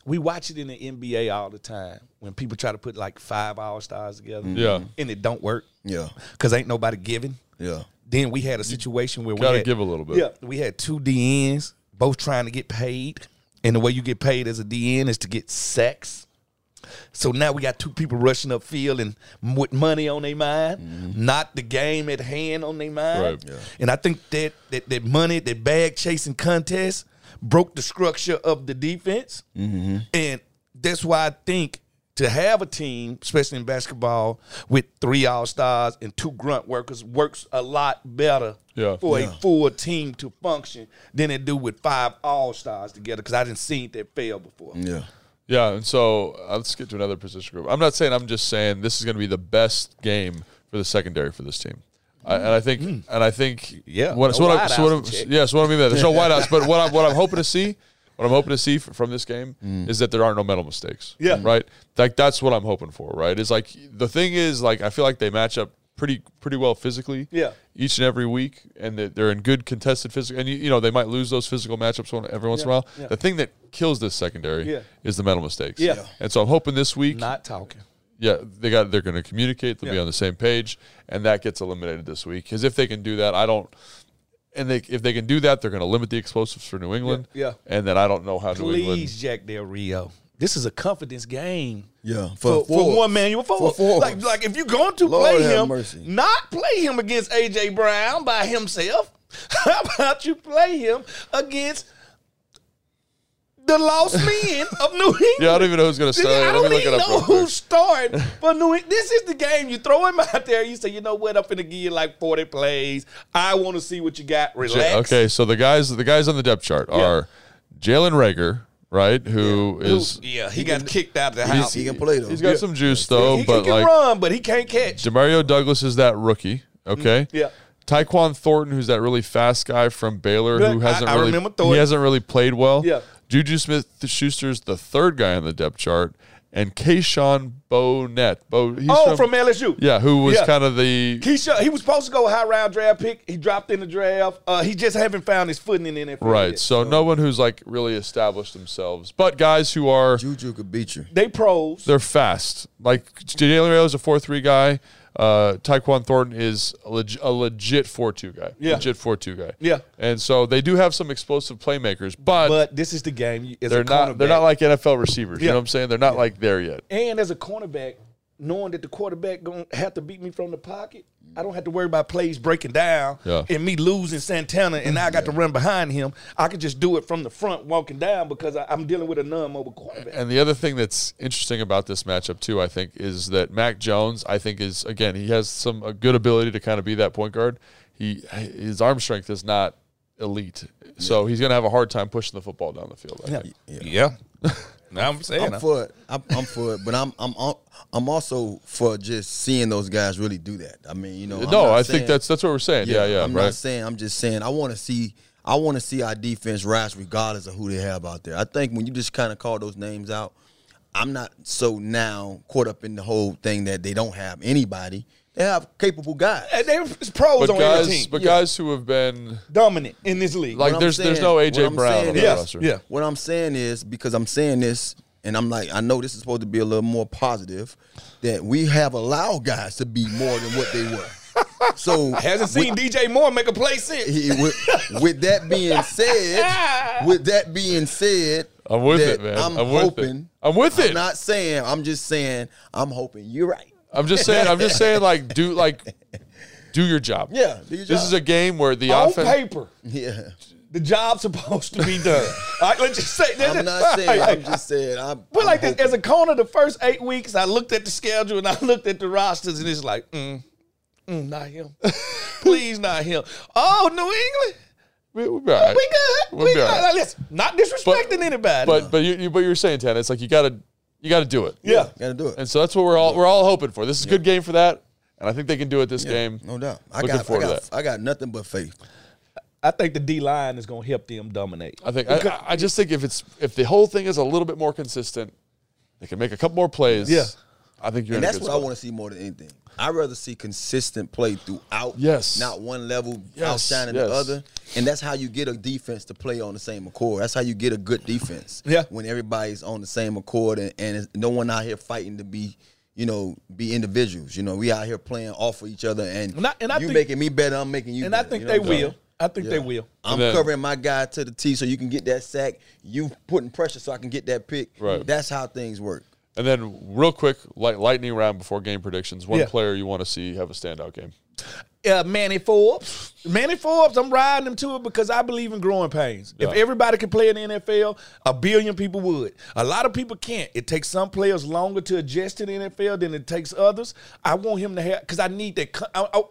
Speaker 2: We watch it in the NBA all the time when people try to put like five all stars together.
Speaker 1: Yeah.
Speaker 2: And it don't work.
Speaker 3: Yeah,
Speaker 2: Cause ain't nobody giving.
Speaker 3: yeah.
Speaker 2: Then we had a situation where we
Speaker 1: gotta
Speaker 2: had,
Speaker 1: give a little bit.
Speaker 2: Yeah, we had two DNs, both trying to get paid, and the way you get paid as a DN is to get sacks. So now we got two people rushing up field and m- with money on their mind, not the game at hand on their mind.
Speaker 1: Mm-hmm. Right. Yeah.
Speaker 2: And I think that, that that money, that bag chasing contest, broke the structure of the defense,
Speaker 1: Mm-hmm.
Speaker 2: and that's why I think to have a team, especially in basketball, with three all stars and two grunt workers, works a lot better
Speaker 1: Yeah.
Speaker 2: for a full team to function than it do with five all stars together. Because I didn't see that fail before.
Speaker 3: Yeah.
Speaker 1: Yeah, and so uh, let's get to another position group. I'm not saying I'm just saying this is going to be the best game for the secondary for this team. I, and I think, and I think,
Speaker 2: Mm. Yeah,
Speaker 1: What, so
Speaker 2: no
Speaker 1: what I, so what I'm,
Speaker 2: wideouts, Jake.
Speaker 1: yeah, so what I mean by that
Speaker 2: <laughs>
Speaker 1: there's no whiteouts, but what I'm what I'm hoping to see, what I'm hoping to see f- from this game is that there are no mental mistakes.
Speaker 2: Mm. Yeah.
Speaker 1: right. Like that's what I'm hoping for. Right, is like the thing is like I feel like they match up pretty pretty well physically.
Speaker 2: Yeah.
Speaker 1: each and every week, and that they're in good contested physical. And you, you know they might lose those physical matchups one- every once in a while.
Speaker 2: yeah.
Speaker 1: The thing that kills this secondary
Speaker 2: Yeah.
Speaker 1: is the mental mistakes.
Speaker 2: Yeah. Yeah.
Speaker 1: And so I'm hoping this week,
Speaker 2: Not talking.
Speaker 1: yeah, they got they're going to communicate. They'll be
Speaker 2: Yeah.
Speaker 1: on the same page, and that gets eliminated this week. Because if they can do that, I don't. And they if they can do that, they're going to limit the explosives for New England.
Speaker 2: yeah.
Speaker 1: And then I don't know how New England.
Speaker 2: Please, Jack Del Rio. This is a confidence game.
Speaker 3: Yeah,
Speaker 2: For,
Speaker 3: for
Speaker 2: for,
Speaker 3: forwards.
Speaker 2: one Manuel Ford.
Speaker 3: forwards.
Speaker 2: like, like if you're going to
Speaker 3: Lord
Speaker 2: play
Speaker 3: have
Speaker 2: him,
Speaker 3: mercy.
Speaker 2: not play him against AJ Brown by himself. <laughs> How about you play him against the lost men of New England?
Speaker 1: Yeah, I don't even know who's going to start.
Speaker 2: I
Speaker 1: Let
Speaker 2: don't
Speaker 1: me look
Speaker 2: even
Speaker 1: it up.
Speaker 2: know
Speaker 1: real quick.
Speaker 2: who started
Speaker 1: <laughs>
Speaker 2: for New England. This is the game. You throw him out there. You say, you know what? I'm finna give you like 40 plays. I want to see what you got. Relax.
Speaker 1: Ja- Okay, so the guys the guys on the depth chart are Jalen Rager, right? Who
Speaker 2: Who-
Speaker 1: is
Speaker 2: yeah, he, got kicked out of the house.
Speaker 3: he can play though.
Speaker 1: he's got some juice though,
Speaker 2: he,
Speaker 1: but
Speaker 2: he can
Speaker 1: like
Speaker 2: run, but he can't catch.
Speaker 1: Demario Douglas is that rookie. Okay.
Speaker 2: Mm-hmm. yeah.
Speaker 1: Tyquan Thornton, who's that really fast guy from Baylor,
Speaker 2: Yeah,
Speaker 1: who
Speaker 2: I-
Speaker 1: hasn't
Speaker 2: I
Speaker 1: really
Speaker 2: remember Thornton.
Speaker 1: he hasn't really played well.
Speaker 2: Yeah.
Speaker 1: Juju Smith Schuster's the third guy on the depth chart, and Kayshawn Bonnet. Bo, he's
Speaker 2: Oh, from, LSU.
Speaker 1: yeah, who was
Speaker 2: Yeah.
Speaker 1: kind of the
Speaker 2: Keisha, he was supposed to go high round draft pick. He dropped in the draft. Uh, he just haven't found his footing in the NFL.
Speaker 1: right.
Speaker 2: yet.
Speaker 1: So no one who's like really established themselves, but guys who are
Speaker 3: Juju could beat you.
Speaker 2: They pros.
Speaker 1: they're fast. Like Jalen Rayo is a four three guy. Uh, Tyquan Thornton is a, leg- a legit four two guy.
Speaker 2: Yeah.
Speaker 1: Legit four two guy.
Speaker 2: Yeah.
Speaker 1: And so they do have some explosive playmakers, but,
Speaker 2: But this is the game. You- As
Speaker 1: they're
Speaker 2: a
Speaker 1: not they're not
Speaker 2: cornerback-
Speaker 1: like NFL receivers. You
Speaker 2: Yeah.
Speaker 1: know what I'm saying? They're not like there yet.
Speaker 2: and as a cornerback, knowing that the quarterback gonna have to beat me from the pocket, I don't have to worry about plays breaking down
Speaker 1: Yeah.
Speaker 2: and me losing Santana, and I got to run behind him. I could just do it from the front, walking down because I, I'm dealing with a numb over quarterback.
Speaker 1: And the other thing that's interesting about this matchup too, I think, is that Mac Jones, I think, is again he has some a good ability to kind of be that point guard. He his arm strength is not elite, so he's going to have a hard time pushing the football down the field. I think.
Speaker 2: Yeah. <laughs> Now I'm saying
Speaker 3: I'm for it. I'm, I'm for it, but I'm I'm I'm also for just seeing those guys really do that. I mean, you know, I'm
Speaker 1: no,
Speaker 3: not
Speaker 1: I
Speaker 3: saying-
Speaker 1: think that's that's what we're saying. Yeah, yeah,
Speaker 3: I'm
Speaker 1: right.
Speaker 3: not saying. I'm just saying. I want to see. I want to see our defense rise regardless of who they have out there. I think when you just kind of call those names out, I'm not so now caught up in the whole thing that they don't have anybody. They have capable guys.
Speaker 2: And they was pros
Speaker 1: but
Speaker 2: on every
Speaker 1: guys,
Speaker 2: team.
Speaker 1: but
Speaker 3: Yeah.
Speaker 1: guys who have been
Speaker 2: Dominant in this league.
Speaker 1: like
Speaker 3: I'm
Speaker 1: there's there's
Speaker 3: saying-
Speaker 1: no
Speaker 3: what
Speaker 1: AJ
Speaker 3: I'm
Speaker 1: Brown on
Speaker 3: saying
Speaker 1: the
Speaker 2: is-
Speaker 1: roster.
Speaker 2: Yeah.
Speaker 3: What I'm saying is because I'm saying this, and I'm like, I know this is supposed to be a little more positive, that we have allowed guys to be more than what they
Speaker 1: <laughs>
Speaker 3: were. So
Speaker 2: Hasn't seen DJ Moore make a play since.
Speaker 3: He- with, with that being said, with that being said,
Speaker 1: I'm with
Speaker 3: that
Speaker 1: it, man.
Speaker 3: I'm,
Speaker 1: I'm, with it.
Speaker 3: hoping.
Speaker 1: I'm with
Speaker 3: I'm
Speaker 1: it.
Speaker 3: not saying. I'm just saying. I'm hoping you're right.
Speaker 1: I'm just saying. I'm just saying. Like do like do your job.
Speaker 3: Yeah, do your
Speaker 1: This
Speaker 3: job.
Speaker 1: is a game where the
Speaker 2: On
Speaker 1: offense.
Speaker 2: paper,
Speaker 3: <laughs>
Speaker 1: <laughs>
Speaker 3: Yeah,
Speaker 2: the job's <laughs> supposed to be done. All right, let's just say that.
Speaker 3: I'm not
Speaker 2: <laughs>
Speaker 3: saying. I'm just saying. I'm.
Speaker 2: But
Speaker 3: I'm
Speaker 2: like this,
Speaker 3: hoping.
Speaker 2: as a corner, the first eight weeks, I looked at the schedule and I <laughs> looked at the rosters, and it's like, mm, mm,
Speaker 1: <laughs>
Speaker 2: not him. Please, not him. Oh, New England,
Speaker 1: We, will be all right.
Speaker 2: we good.
Speaker 1: We'll
Speaker 2: we
Speaker 1: be
Speaker 2: good.
Speaker 1: all right.
Speaker 2: Like, listen, not disrespecting anybody.
Speaker 1: But but you, you but you're saying Tanner, it's like you gotta you gotta do it.
Speaker 2: yeah,
Speaker 3: gotta do it.
Speaker 1: And so that's what we're all we're all hoping for. This is a good game for that, and I think they can do it this game.
Speaker 3: no doubt. I
Speaker 1: Looking
Speaker 3: got. I
Speaker 1: forward to
Speaker 3: got,
Speaker 1: that.
Speaker 3: I got nothing but faith.
Speaker 2: I think the D line is gonna help them dominate.
Speaker 1: I think I, I just think if it's if the whole thing is a little bit more consistent, they can make a couple more plays.
Speaker 2: Yeah.
Speaker 1: I think you're.
Speaker 3: And
Speaker 1: in
Speaker 3: that's
Speaker 1: a good
Speaker 3: what I
Speaker 1: spot.
Speaker 3: want to see more than anything. I'd rather see consistent play throughout.
Speaker 1: Yes.
Speaker 3: Not one level
Speaker 1: Yes,
Speaker 3: outshining
Speaker 1: yes.
Speaker 3: the other. And that's how you get a defense to play on the same accord. That's how you get a good defense.
Speaker 2: Yeah.
Speaker 3: When everybody's on the same accord and, and it's- no one out here fighting to be, you know, be individuals. You know, we out here playing off of each other and,
Speaker 2: And I- and I
Speaker 3: you
Speaker 2: think-
Speaker 3: making me better, I'm making you
Speaker 2: and I
Speaker 3: better.
Speaker 2: think
Speaker 3: You know
Speaker 2: they
Speaker 3: what I'm saying?
Speaker 2: will. I think they
Speaker 3: Yeah.
Speaker 2: will.
Speaker 3: I'm
Speaker 1: And then-
Speaker 3: covering my guy to the T so you can get that sack. You putting pressure so I can get that pick.
Speaker 1: Right.
Speaker 3: That's how things work.
Speaker 1: And then, real quick, light, lightning round before game predictions. One
Speaker 2: Yeah.
Speaker 1: player you want to see have a standout game.
Speaker 2: uh, Manny Forbes. Manny Forbes, I'm riding him to it because I believe in growing pains. If
Speaker 1: Yeah.
Speaker 2: everybody could play in the NFL, a billion people would. A lot of people can't. It takes some players longer to adjust to the NFL than it takes others. I want him to have because I need that. co- I, I-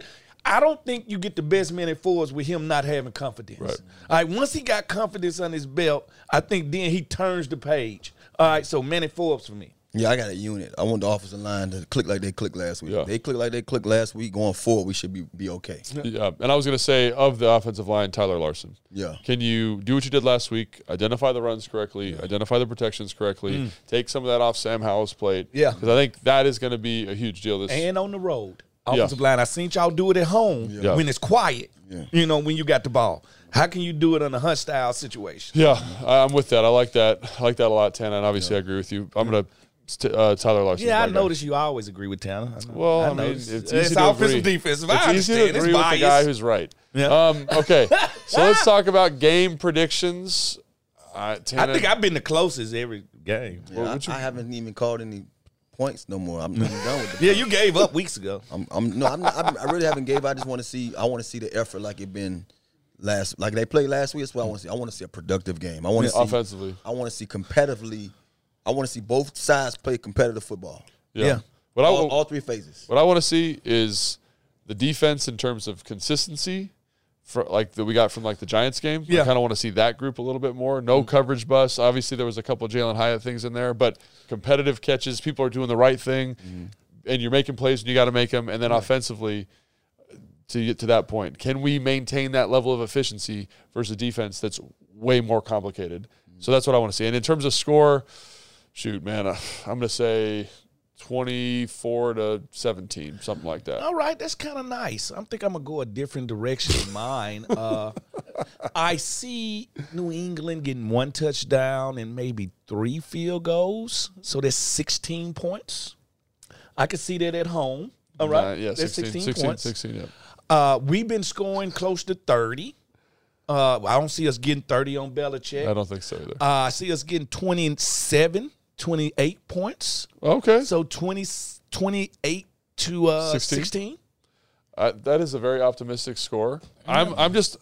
Speaker 2: I don't think you get the best Manny Forbes with him not having confidence.
Speaker 1: Right.
Speaker 2: All right, once he got confidence on his belt, I think then he turns the page. All right, so Manny Forbes for me.
Speaker 3: Yeah, I got a unit. I want the offensive line to click like they clicked last week.
Speaker 1: Yeah.
Speaker 3: They click like they clicked last week. Going forward, we should be be okay.
Speaker 1: Yeah, and I was going to say of the offensive line, Tyler Larson.
Speaker 3: Yeah.
Speaker 1: Can you do what you did last week? Identify the runs correctly, identify the protections correctly, take some of that off Sam Howell's plate.
Speaker 2: Mm. Yeah.
Speaker 1: Because I think that is going to be a huge deal this
Speaker 2: and on the road. Offensive line. I seen y'all do it at home
Speaker 1: Yeah.
Speaker 2: when it's quiet.
Speaker 3: Yeah.
Speaker 2: You know, when you got the ball. How can you do it in a hunt style situation?
Speaker 1: Yeah, I- I'm with that. I like that. I like that a lot, Tana, and obviously I agree with you. I'm going to uh, Tyler Larson.
Speaker 2: Yeah, I
Speaker 1: my guy.
Speaker 2: notice you always agree with Tanner. I know-
Speaker 1: Well, I, mean,
Speaker 2: notice.
Speaker 1: it's, easy to
Speaker 2: offensive
Speaker 1: agree.
Speaker 2: defensive.
Speaker 1: It's
Speaker 2: I
Speaker 1: easy to agree
Speaker 2: understand. it's
Speaker 1: with
Speaker 2: biased.
Speaker 1: the guy who's right.
Speaker 2: Yeah.
Speaker 1: Um, <laughs> okay, so let's talk about game predictions. Uh,
Speaker 2: I
Speaker 1: Tana,
Speaker 2: think I've been the closest every game.
Speaker 3: Yeah, I, I haven't even called any points no more. I'm, I'm
Speaker 1: <laughs>
Speaker 3: done with the
Speaker 2: Yeah, you gave up weeks ago.
Speaker 3: I'm, I'm no, I'm, not, I'm, I really haven't gave. I just want to see. I want to see the effort like it been last, like they played last week. That's what I want to see. I want to see a productive game. I want to
Speaker 1: Yeah,
Speaker 3: see
Speaker 1: offensively.
Speaker 3: I want to see competitively. I want to see both sides play competitive football.
Speaker 2: yeah.
Speaker 1: What I
Speaker 3: All,
Speaker 1: will-
Speaker 3: all three phases.
Speaker 1: What I want to see is the defense in terms of consistency, for like that we got from like the Giants game.
Speaker 2: Yeah. Mm-hmm.
Speaker 1: I kind of want to see that group a little bit more. No coverage bust. Obviously, there was a couple of Jalen Hyatt things in there, but competitive catches. People are doing the right thing,
Speaker 2: Mm-hmm.
Speaker 1: and you're making plays, and you got to make them. And then offensively. To get to that point, can we maintain that level of efficiency versus a defense that's way more complicated?
Speaker 2: Mm-hmm.
Speaker 1: So that's what I want to see. And in terms of score, shoot, man, <sighs> uh, I'm going to say 24 to 17, something like that.
Speaker 2: All right, that's kind of nice. I think I'm gonna go a different direction than mine. Uh, I see New England getting one touchdown and maybe three field goals, so that's 16 points. I could see that at home. All right,
Speaker 1: Uh, yeah,
Speaker 2: that's
Speaker 1: 16,
Speaker 2: 16,
Speaker 1: 16,
Speaker 2: points.
Speaker 1: 16, yeah.
Speaker 2: Uh, we've been scoring close to 30. Uh, I don't see us getting 30 on Belichick.
Speaker 1: I don't think so either.
Speaker 2: Uh, I see us getting 27, 28 points.
Speaker 1: okay.
Speaker 2: So 20, 28 to uh,
Speaker 1: 16?
Speaker 2: 16.
Speaker 1: Uh, that is a very optimistic score. I'm I'm just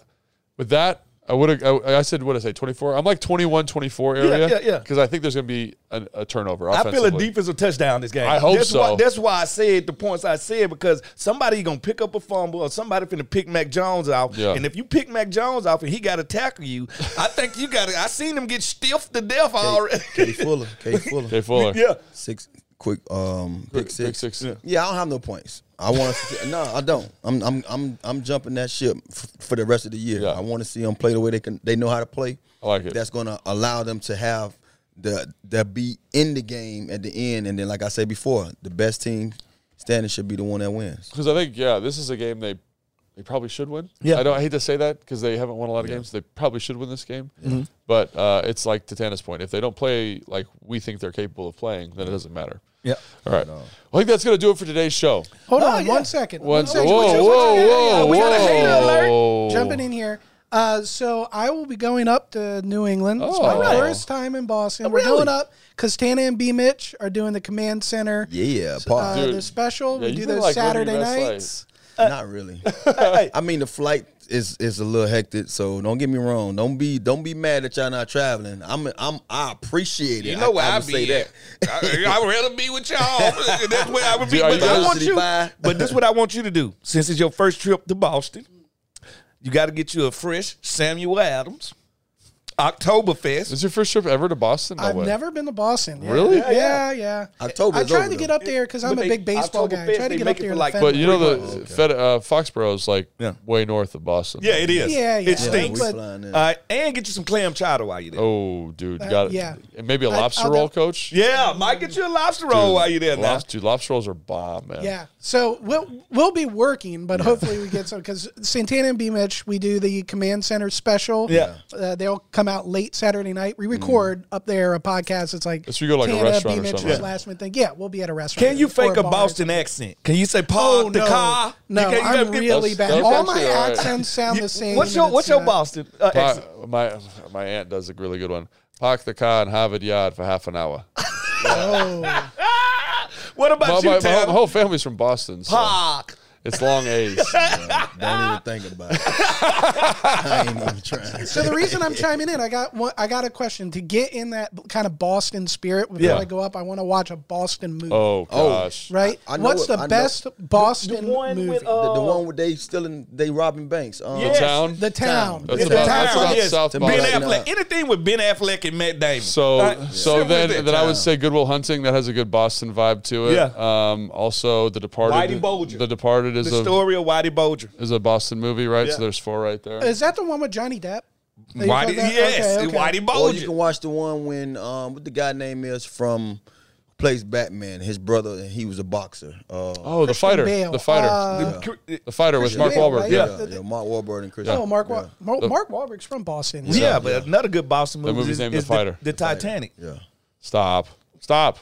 Speaker 1: with that. I would have. I, I said what did I say 24. I'm like 21, 24 area.
Speaker 2: yeah, yeah.
Speaker 1: Because I think there's going to be an, a turnover.
Speaker 2: I feel a
Speaker 1: offensively.
Speaker 2: defensive touchdown this game.
Speaker 1: I hope
Speaker 2: that's Why,
Speaker 1: so.
Speaker 2: that's why I said the points I said because somebody gonna pick up a fumble or somebody finna pick Mac Jones off.
Speaker 1: Yeah.
Speaker 2: And if you pick Mac Jones off and he got to tackle you, I think you got. to I seen him get stiffed to death already. <laughs>
Speaker 3: K Fuller, K Fuller,
Speaker 1: Jay Fuller.
Speaker 2: yeah.
Speaker 3: six quick um pick six.
Speaker 1: Pick six.
Speaker 3: Yeah, I don't have no points. I want to. no, I don't. I'm I'm I'm I'm jumping that ship f- for the rest of the year.
Speaker 1: Yeah.
Speaker 3: I want to see them play the way they can. They know how to play.
Speaker 1: I like it.
Speaker 3: That's going to allow them to have the that be in the game at the end, and then like I said before, the best team standing should be the one that wins.
Speaker 1: Because I think yeah, this is a game they they probably should win.
Speaker 2: Yeah.
Speaker 1: I don't I hate to say that because they haven't won a lot of games. They probably should win this game. But uh, it's like to Tana's point. If they don't play like we think they're capable of playing, then it doesn't matter.
Speaker 2: Yeah.
Speaker 1: All right. I think that's gonna do it for today's show.
Speaker 4: Hold
Speaker 2: Oh,
Speaker 4: on
Speaker 2: yeah.
Speaker 4: one second.
Speaker 1: One
Speaker 4: One
Speaker 1: sec-
Speaker 4: second.
Speaker 1: whoa,
Speaker 4: Yeah, yeah,
Speaker 1: whoa, whoa,
Speaker 4: yeah, we got a hater alert.
Speaker 1: whoa.
Speaker 4: Jumping in here. Uh, so I will be going up to New England. It's my
Speaker 1: Oh. Alright.
Speaker 4: first time in Boston. We're
Speaker 2: Oh, really?
Speaker 4: going up because Tana and B Mitch are doing the command center.
Speaker 3: Yeah,
Speaker 4: Uh,
Speaker 3: part.
Speaker 1: Dude.
Speaker 4: the special.
Speaker 1: Yeah,
Speaker 4: we
Speaker 1: you've
Speaker 4: do
Speaker 1: been, like,
Speaker 4: those
Speaker 1: living your
Speaker 4: Saturday
Speaker 1: best life.
Speaker 4: nights.
Speaker 3: not really. I mean, the flight is is a little hectic. So don't get me wrong. Don't be don't be mad that y'all not traveling. I'm I'm I appreciate it.
Speaker 2: You know where
Speaker 3: I, I
Speaker 2: I,
Speaker 3: would
Speaker 2: be.
Speaker 3: say that.
Speaker 2: at. I, I'd rather be with
Speaker 3: <laughs>
Speaker 2: y'all. That's where I would be.
Speaker 1: Dude, are
Speaker 2: But
Speaker 1: you
Speaker 2: I
Speaker 1: guys-
Speaker 2: want you.
Speaker 3: Bye.
Speaker 2: But this is what I want you to do. Since it's your first trip to Boston, you got to get you a fresh Samuel Adams, Oktoberfest.
Speaker 1: Is your first trip ever to Boston? No
Speaker 4: I've
Speaker 1: way.
Speaker 4: never been to Boston. Yeah.
Speaker 1: Really?
Speaker 4: Yeah, yeah.
Speaker 3: October
Speaker 4: I
Speaker 3: is
Speaker 4: tried
Speaker 3: over,
Speaker 4: to get
Speaker 3: though.
Speaker 4: up there because I'm
Speaker 2: But
Speaker 4: a
Speaker 2: they-
Speaker 4: big baseball guy. I
Speaker 2: Oktoberfest,
Speaker 4: tried
Speaker 2: they
Speaker 4: to get
Speaker 2: make
Speaker 4: up
Speaker 2: it
Speaker 4: there.
Speaker 2: for
Speaker 4: to
Speaker 2: like-
Speaker 4: like,
Speaker 1: But you know the
Speaker 2: Oh,
Speaker 1: Fed, uh, Foxborough is like
Speaker 2: Yeah.
Speaker 1: way north of Boston.
Speaker 2: Yeah, uh, it is.
Speaker 4: Yeah, yeah.
Speaker 2: It
Speaker 4: Yeah,
Speaker 2: stinks.
Speaker 4: we
Speaker 2: All
Speaker 3: flying in.
Speaker 2: right, and get you some clam chowder while you're there.
Speaker 1: Oh, dude, got it.
Speaker 4: Uh, yeah.
Speaker 1: And maybe a
Speaker 4: I-
Speaker 1: lobster
Speaker 4: I'll
Speaker 1: roll,
Speaker 4: do-
Speaker 1: coach.
Speaker 2: Yeah, might get you a lobster roll while you're there. Now.
Speaker 1: Lobster, dude, lobster rolls are bomb, man.
Speaker 4: yeah. So we'll we'll be working, but hopefully we get some because Santana and B Mitch we do the command center special.
Speaker 2: Yeah.
Speaker 4: Uh, they'll come out late Saturday night. We record up there a podcast. It's like
Speaker 1: Let's Mm. go to, like, a
Speaker 4: Tana,
Speaker 1: restaurant
Speaker 4: B.
Speaker 1: or
Speaker 4: Mitch's
Speaker 1: something. Yeah.
Speaker 4: last minute thing. Yeah, we'll be at a restaurant.
Speaker 2: Can you
Speaker 4: or
Speaker 2: fake a
Speaker 4: bar.
Speaker 2: Boston accent? Can you say park
Speaker 4: Oh
Speaker 2: the
Speaker 4: no,
Speaker 2: car?
Speaker 4: no!
Speaker 2: You can't- you
Speaker 4: I'm
Speaker 2: gotta get-
Speaker 1: That's-
Speaker 4: really bad.
Speaker 1: that's
Speaker 4: All my
Speaker 1: actually all right.
Speaker 4: accents sound the same.
Speaker 2: What's your
Speaker 4: and
Speaker 2: What's
Speaker 4: it's
Speaker 2: your
Speaker 4: not-
Speaker 2: Boston uh,
Speaker 1: Pa-
Speaker 2: accent? <laughs>
Speaker 1: my my aunt does a really good one. Park the car in Harvard Yard for half an hour.
Speaker 4: Oh,
Speaker 2: What about
Speaker 1: My, my,
Speaker 2: you,
Speaker 1: my, whole- my
Speaker 2: Tanner?
Speaker 1: whole family's from Boston, so
Speaker 2: Fuck.
Speaker 1: it's long
Speaker 2: <laughs>
Speaker 1: A's.
Speaker 3: Don't
Speaker 2: ah.
Speaker 3: even think about it. I ain't even trying.
Speaker 4: so the reason I'm chiming in, I got one, I got a question to get in that kind of Boston spirit. Before
Speaker 1: Yeah.
Speaker 4: I go up, I want to watch a Boston movie.
Speaker 1: Oh gosh,
Speaker 4: right.
Speaker 3: I know
Speaker 4: What's
Speaker 3: it-
Speaker 4: the
Speaker 3: I know-
Speaker 4: best Boston
Speaker 2: The one
Speaker 4: movie?
Speaker 2: with
Speaker 3: the,
Speaker 2: uh,
Speaker 3: the one where they stealing, they robbing banks. Um,
Speaker 1: the
Speaker 2: Yes.
Speaker 1: town.
Speaker 4: the town.
Speaker 1: That's
Speaker 4: It's
Speaker 1: about-
Speaker 4: the town.
Speaker 1: that's about South
Speaker 3: To
Speaker 2: Ben
Speaker 3: be
Speaker 1: Boston.
Speaker 3: like,
Speaker 2: Affleck.
Speaker 3: nah.
Speaker 2: Anything with Ben Affleck and Matt Damon.
Speaker 1: So
Speaker 2: Right?
Speaker 1: so
Speaker 2: Shit with
Speaker 1: then
Speaker 2: that
Speaker 1: then I would
Speaker 2: time.
Speaker 1: say Goodwill Hunting that has a good Boston vibe to it.
Speaker 2: Yeah.
Speaker 1: Um, also The Departed.
Speaker 2: Whitey Bulger.
Speaker 1: The Departed is
Speaker 2: the
Speaker 1: a
Speaker 2: story of Whitey Bulger.
Speaker 1: is a Boston movie, right?
Speaker 2: Yeah.
Speaker 1: So there's four right there.
Speaker 4: Is that the one with Johnny Depp? That you
Speaker 2: Whitey,
Speaker 4: talked about?
Speaker 2: yes,
Speaker 4: Okay, okay.
Speaker 2: Whitey
Speaker 3: Or you
Speaker 2: Bulger.
Speaker 3: can watch the one when um, what the guy name is from plays Batman. His brother, and he was a boxer. Uh,
Speaker 1: oh, the
Speaker 4: Christian
Speaker 1: fighter.
Speaker 4: Bale.
Speaker 1: The fighter.
Speaker 4: Uh,
Speaker 2: yeah.
Speaker 1: the fighter with
Speaker 4: Christian
Speaker 1: Mark
Speaker 4: Bale,
Speaker 1: Wahlberg.
Speaker 2: Oh,
Speaker 4: right?
Speaker 1: Yeah.
Speaker 3: yeah, yeah, Mark Wahlberg and Christian.
Speaker 4: Oh, Mark Wa-
Speaker 3: Yeah.
Speaker 4: Mar- Mark Wahlberg's from Boston.
Speaker 2: but another good Boston movie.
Speaker 1: movie's
Speaker 2: is,
Speaker 1: named The
Speaker 2: is
Speaker 1: Fighter.
Speaker 2: The, Titanic.
Speaker 3: Yeah.
Speaker 1: Stop. Stop.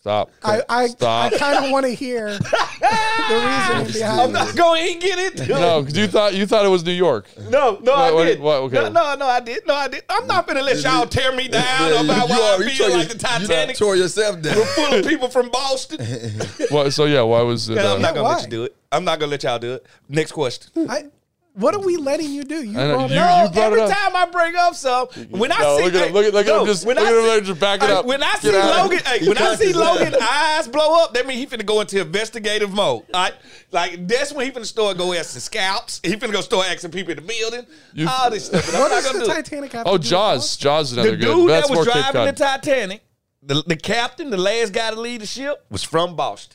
Speaker 1: Stop.
Speaker 4: I I,
Speaker 1: Stop.
Speaker 4: I kind of want to hear
Speaker 1: <laughs>
Speaker 4: the reason
Speaker 2: I'm
Speaker 4: behind.
Speaker 2: not going to get into it.
Speaker 1: no, 'cause you thought you thought it was New York.
Speaker 2: <laughs> No,
Speaker 1: Wait,
Speaker 2: no, I
Speaker 1: what-
Speaker 2: did.
Speaker 1: what- okay.
Speaker 2: No, no, no, I did. No, I did. I'm not gonna let y'all tear me down
Speaker 3: Yeah,
Speaker 2: about
Speaker 3: <laughs> you
Speaker 2: why
Speaker 3: are-
Speaker 2: I
Speaker 3: you
Speaker 2: feel
Speaker 3: tore
Speaker 2: like
Speaker 3: your-
Speaker 2: the
Speaker 3: you
Speaker 2: Titanic.
Speaker 3: <laughs> Tore yourself down.
Speaker 2: full of people from
Speaker 3: <laughs>
Speaker 2: Boston. And
Speaker 1: Well, so yeah, why was it?
Speaker 2: I'm
Speaker 1: Uh,
Speaker 2: not gonna let
Speaker 4: why?
Speaker 2: you do it. I'm not gonna let y'all do it. Next question.
Speaker 4: I, what are we letting you do? You
Speaker 1: I know,
Speaker 4: brought
Speaker 1: you-
Speaker 4: it up.
Speaker 2: No,
Speaker 1: you brought
Speaker 2: every
Speaker 1: it up.
Speaker 2: time I bring up some, when I
Speaker 1: No,
Speaker 2: see
Speaker 1: look at him, look at- look at him, just-
Speaker 2: when
Speaker 1: look
Speaker 2: I
Speaker 1: at him,
Speaker 2: see-
Speaker 1: like, just back it
Speaker 2: I-
Speaker 1: up.
Speaker 2: When I
Speaker 1: Get
Speaker 2: see
Speaker 1: out of here.
Speaker 2: Logan, hey, when I
Speaker 3: conscious
Speaker 2: see
Speaker 3: now.
Speaker 2: Logan eyes blow up, that means he finna go into investigative mode. All right? Like that's when he finna start go asking scalps. He finna go start asking people in the building.
Speaker 1: You-
Speaker 2: all this stuff. And I'm
Speaker 4: What
Speaker 2: not
Speaker 4: does
Speaker 2: gonna
Speaker 4: the
Speaker 2: do it.
Speaker 4: Titanic have
Speaker 1: oh,
Speaker 4: to do with
Speaker 1: Jaws.
Speaker 4: Boston?
Speaker 1: Jaws is another
Speaker 2: the
Speaker 1: good.
Speaker 2: dude
Speaker 1: That's
Speaker 2: that was
Speaker 1: more Cape
Speaker 2: driving the
Speaker 1: Cod.
Speaker 2: Titanic, the, the captain, the last guy to lead the ship, was from Boston.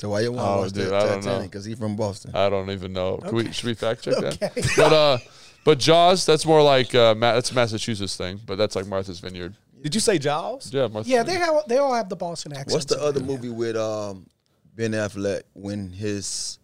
Speaker 3: So why you want to
Speaker 1: Oh,
Speaker 3: watch
Speaker 1: dude, I
Speaker 3: that
Speaker 1: don't
Speaker 3: Titanic?
Speaker 1: know.
Speaker 3: Because he from Boston.
Speaker 1: I don't even know. Can we, should we fact check that?
Speaker 4: Okay.
Speaker 1: But uh, but Jaws. That's more like uh, Ma- that's a Massachusetts thing, but that's like Martha's Vineyard.
Speaker 2: Did you say Jaws?
Speaker 1: Yeah, Martha's
Speaker 4: Yeah,
Speaker 1: Vineyard.
Speaker 4: they have, they all have the Boston accent.
Speaker 3: What's the uh, other movie with um, Ben Affleck when his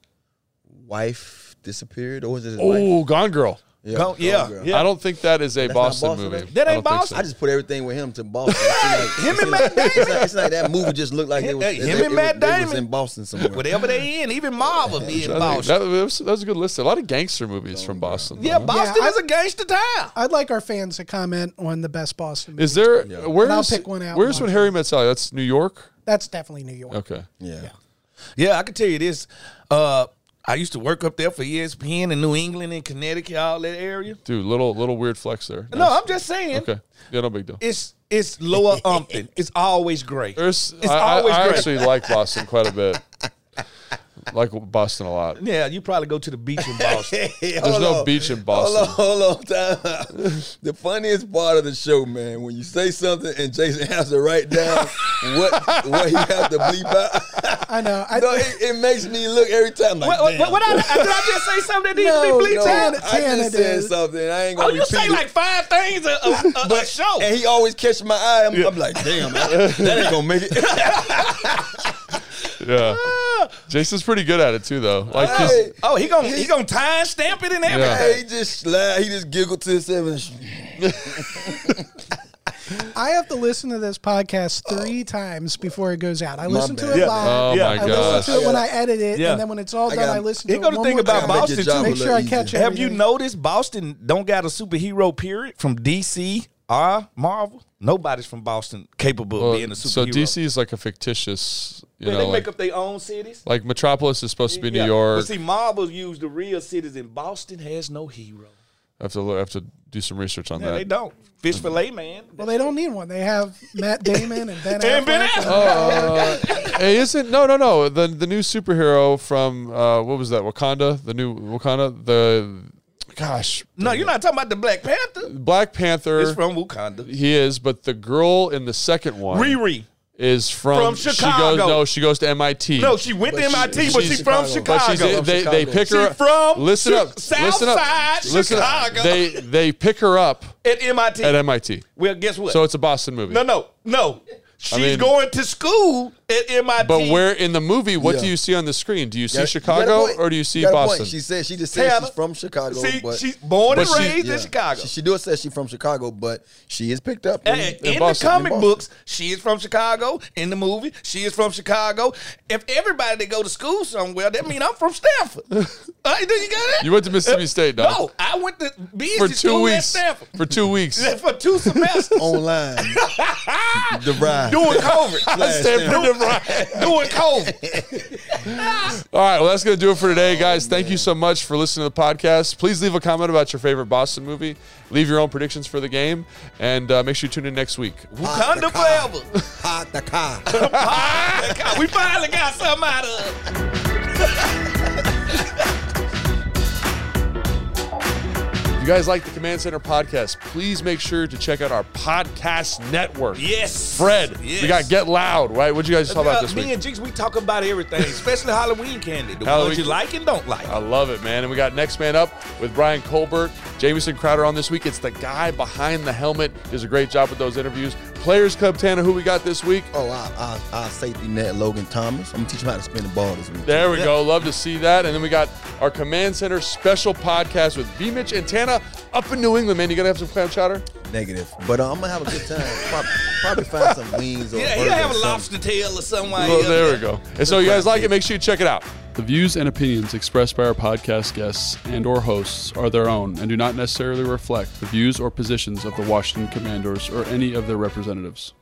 Speaker 3: wife disappeared, or was it his wife?
Speaker 1: Oh, Gone Girl.
Speaker 3: Yeah,
Speaker 2: Go- yeah,
Speaker 3: Oh, Girl.
Speaker 2: yeah.
Speaker 1: I don't think that is a
Speaker 3: not
Speaker 1: Boston,
Speaker 3: Boston,
Speaker 1: movie.
Speaker 3: though?
Speaker 2: That
Speaker 1: I
Speaker 2: ain't
Speaker 1: don't think
Speaker 2: Boston.
Speaker 3: I just put everything with him to Boston.
Speaker 2: <laughs>
Speaker 3: It seemed like-
Speaker 2: Him and
Speaker 3: it seemed like- It's like, it's like that movie just looked like it was,
Speaker 2: Hey, him
Speaker 3: it-
Speaker 2: and
Speaker 3: it was-
Speaker 2: Matt
Speaker 3: they was
Speaker 2: Damon.
Speaker 3: in Boston somewhere.
Speaker 2: Whatever they in, even Marvel be in
Speaker 1: I think that,
Speaker 2: Boston.
Speaker 1: that was, that was a good list. A lot of gangster movies from Boston.
Speaker 2: Yeah,
Speaker 1: though.
Speaker 2: Boston
Speaker 4: I-
Speaker 2: is a gangster town.
Speaker 4: I'd like our fans to comment on the best Boston. Movie.
Speaker 1: Is there where's
Speaker 4: And I'll pick one out and
Speaker 1: where's
Speaker 4: watch
Speaker 1: when
Speaker 4: it.
Speaker 1: Harry Met Sally? That's New York.
Speaker 4: That's definitely New York.
Speaker 1: Okay.
Speaker 3: Yeah.
Speaker 2: Yeah, I can tell you this. Uh, I used to work up there for E ESPN in New England and Connecticut, all that area.
Speaker 1: Dude, little little weird flex there.
Speaker 2: No, I'm just saying.
Speaker 1: Okay. Yeah, no big deal.
Speaker 2: It's it's lower Umpton. It's always great.
Speaker 1: There's,
Speaker 2: it's
Speaker 1: I, I-
Speaker 2: always
Speaker 1: I
Speaker 2: great.
Speaker 1: actually like Boston quite a
Speaker 2: <laughs>
Speaker 1: bit. like Boston a lot.
Speaker 2: yeah, you probably go to the beach
Speaker 1: <laughs>
Speaker 2: in Boston.
Speaker 1: There's no beach in Boston.
Speaker 3: Hold on, hold on. Time out. <laughs> The funniest part of the show, man, when you say something and Jason has to write
Speaker 2: <laughs>
Speaker 3: down what what he has to bleep out. <laughs>
Speaker 4: I know. I,
Speaker 3: no, it, it makes me look every time like
Speaker 2: what, what,
Speaker 3: damn.
Speaker 2: what I, did I just say something that needs
Speaker 4: No,
Speaker 2: to be bleeped
Speaker 3: No,
Speaker 2: out?
Speaker 4: Tan-
Speaker 3: I
Speaker 4: Tanner
Speaker 3: just said
Speaker 4: did.
Speaker 3: something. I ain't
Speaker 2: Oh,
Speaker 3: gonna
Speaker 2: you
Speaker 3: repeat
Speaker 2: say
Speaker 3: it.
Speaker 2: like five things a, a, a, a show.
Speaker 3: and he always catch my eye. I'm, I'm like,
Speaker 2: <laughs>
Speaker 3: damn, that ain't gonna make it.
Speaker 1: Yeah.
Speaker 2: Ah!
Speaker 1: Jason's pretty good at it too, though. Like just
Speaker 2: <laughs>
Speaker 3: <laughs> hey,
Speaker 2: oh, he gonna he gonna time stamp it and everything.
Speaker 1: Yeah.
Speaker 3: hey, he just laugh. He just giggled to himself. and-
Speaker 4: I have to listen to this podcast three times before it goes out. I listen to
Speaker 3: bad.
Speaker 4: it
Speaker 2: Yeah.
Speaker 4: live.
Speaker 1: Oh
Speaker 2: Yeah.
Speaker 1: my
Speaker 4: I
Speaker 1: gosh.
Speaker 4: listen to it when I edit it,
Speaker 2: Yeah.
Speaker 4: and then when it's all
Speaker 3: I
Speaker 4: done,
Speaker 3: gotta-
Speaker 4: I listen
Speaker 2: Here
Speaker 4: to it.
Speaker 2: go the
Speaker 4: one
Speaker 2: thing
Speaker 4: more
Speaker 2: about
Speaker 4: time.
Speaker 3: gotta make your
Speaker 2: Boston
Speaker 3: job
Speaker 2: too.
Speaker 3: a
Speaker 4: Make
Speaker 3: little
Speaker 4: sure I catch
Speaker 3: easier.
Speaker 4: it.
Speaker 2: Have you
Speaker 4: everything.
Speaker 2: noticed Boston don't got a superhero period from DC or Marvel? Nobody's from Boston capable
Speaker 1: well,
Speaker 2: of being a superhero.
Speaker 1: uh, so DC is like a fictitious, you
Speaker 2: Man,
Speaker 1: know,
Speaker 2: they
Speaker 1: like,
Speaker 2: make up their own cities.
Speaker 1: like Metropolis is supposed to be
Speaker 2: Yeah.
Speaker 1: New York.
Speaker 2: But see, Marvel used the real cities, and Boston has no hero.
Speaker 1: I have to look, I have to do some research on
Speaker 2: Yeah,
Speaker 1: that.
Speaker 2: they don't. Fish fillet, man.
Speaker 4: Well, they don't need one. They have
Speaker 2: <laughs>
Speaker 4: Matt Damon and Ben
Speaker 2: And Ben
Speaker 4: Affleck.
Speaker 2: Affleck.
Speaker 1: Uh, hey, isn't no no no the the new superhero from uh, what was that Wakanda the new Wakanda the gosh
Speaker 2: No, you're not talking about the Black Panther.
Speaker 1: Black Panther
Speaker 2: It's from Wakanda.
Speaker 1: he is but the girl in the second one
Speaker 2: Riri.
Speaker 1: is from,
Speaker 2: From
Speaker 1: she
Speaker 2: Chicago.
Speaker 1: goes no she goes to MIT
Speaker 2: No, she went to
Speaker 3: But she-
Speaker 2: MIT, but
Speaker 1: she's
Speaker 2: she's from
Speaker 3: Chicago.
Speaker 2: Chicago.
Speaker 1: but she's
Speaker 3: From
Speaker 1: they, they
Speaker 3: Chicago.
Speaker 1: pick her
Speaker 2: She
Speaker 1: up.
Speaker 2: from
Speaker 1: listen
Speaker 2: Chi-
Speaker 1: up listen up
Speaker 2: Southside
Speaker 1: listen
Speaker 2: Chicago.
Speaker 1: up they they pick her up
Speaker 2: at MIT.
Speaker 1: at MIT
Speaker 2: well, guess what?
Speaker 1: so it's a Boston movie
Speaker 2: no, no, no. She's
Speaker 1: mean-
Speaker 2: going to school at MIT.
Speaker 1: but where in the movie what
Speaker 3: Yeah.
Speaker 1: do you see on the screen do you see
Speaker 3: You got a
Speaker 1: Chicago
Speaker 3: point.
Speaker 1: or do you see
Speaker 3: got a point.
Speaker 1: Boston
Speaker 3: She said she just said
Speaker 2: Tanner.
Speaker 3: she's from Chicago.
Speaker 2: See,
Speaker 3: but
Speaker 2: she's born and
Speaker 1: But she-
Speaker 2: raised
Speaker 3: Yeah.
Speaker 2: in Chicago.
Speaker 3: She, she does say she's from Chicago, but she is picked up
Speaker 2: And
Speaker 3: in,
Speaker 2: in,
Speaker 3: in
Speaker 2: the
Speaker 3: Boston.
Speaker 2: comic
Speaker 3: in Boston.
Speaker 2: books, she is from Chicago. In the movie, she is from Chicago. If everybody that go to school somewhere, that mean I'm from
Speaker 3: <laughs>
Speaker 2: Stanford. All right, do you got that?
Speaker 1: You went to Mississippi State, dog.
Speaker 2: No, I went to BC
Speaker 1: for two
Speaker 2: school at <laughs>
Speaker 1: weeks.
Speaker 2: Stanford
Speaker 1: For two weeks.
Speaker 2: <laughs>
Speaker 3: <laughs>
Speaker 2: for two semesters.
Speaker 3: Online, derived.
Speaker 2: doing
Speaker 3: <laughs>
Speaker 2: COVID.
Speaker 1: Stanford and Ryan.
Speaker 2: doing COVID.
Speaker 1: All right, well, that's going to do it for
Speaker 2: Oh,
Speaker 1: today, guys. Thank you so much for listening to the podcast. Please leave a comment about your favorite Boston movie. Leave your own predictions for the game, and uh, make sure you tune in next week.
Speaker 2: Wakanda forever.
Speaker 3: Hot
Speaker 2: <laughs>
Speaker 3: the car.
Speaker 2: we finally got something out of it.
Speaker 1: If you guys like the Command Center podcast, please make sure to check out our podcast network.
Speaker 2: Yes.
Speaker 1: Fred, we got Get Loud, right? What'd you guys talk about
Speaker 2: Uh,
Speaker 1: this
Speaker 2: me
Speaker 1: week?
Speaker 2: and Jinx, we talk about everything, especially Halloween candy. The
Speaker 1: Halloween-
Speaker 2: ones you like and don't like.
Speaker 1: I love it, man. And we got Next Man Up with Brian Colbert, Jamison Crowder on this week. It's the guy behind the helmet. Does a great job with those interviews. Players Club Tana, who we got this week.
Speaker 3: Oh, our, our, our safety net, Logan Thomas. I'm gonna teach him how to spin the ball this week.
Speaker 1: There we go. Love to see that. And then we got our Command Center special podcast with V Mitch and Tana up in New England, man. You going to have some clam chowder?
Speaker 3: Negative, but uh, I'm gonna have a good time. Probably, probably find some wings or
Speaker 2: yeah,
Speaker 3: a
Speaker 2: you
Speaker 3: burger
Speaker 2: have
Speaker 3: or
Speaker 2: a
Speaker 3: something.
Speaker 2: lobster tail or something. like
Speaker 1: Oh,
Speaker 2: that.
Speaker 1: there we go. And so you guys like it, make sure you check it out.
Speaker 5: The views and opinions expressed by our podcast guests and or hosts are their own and do not necessarily reflect the views or positions of the Washington Commanders or any of their representatives.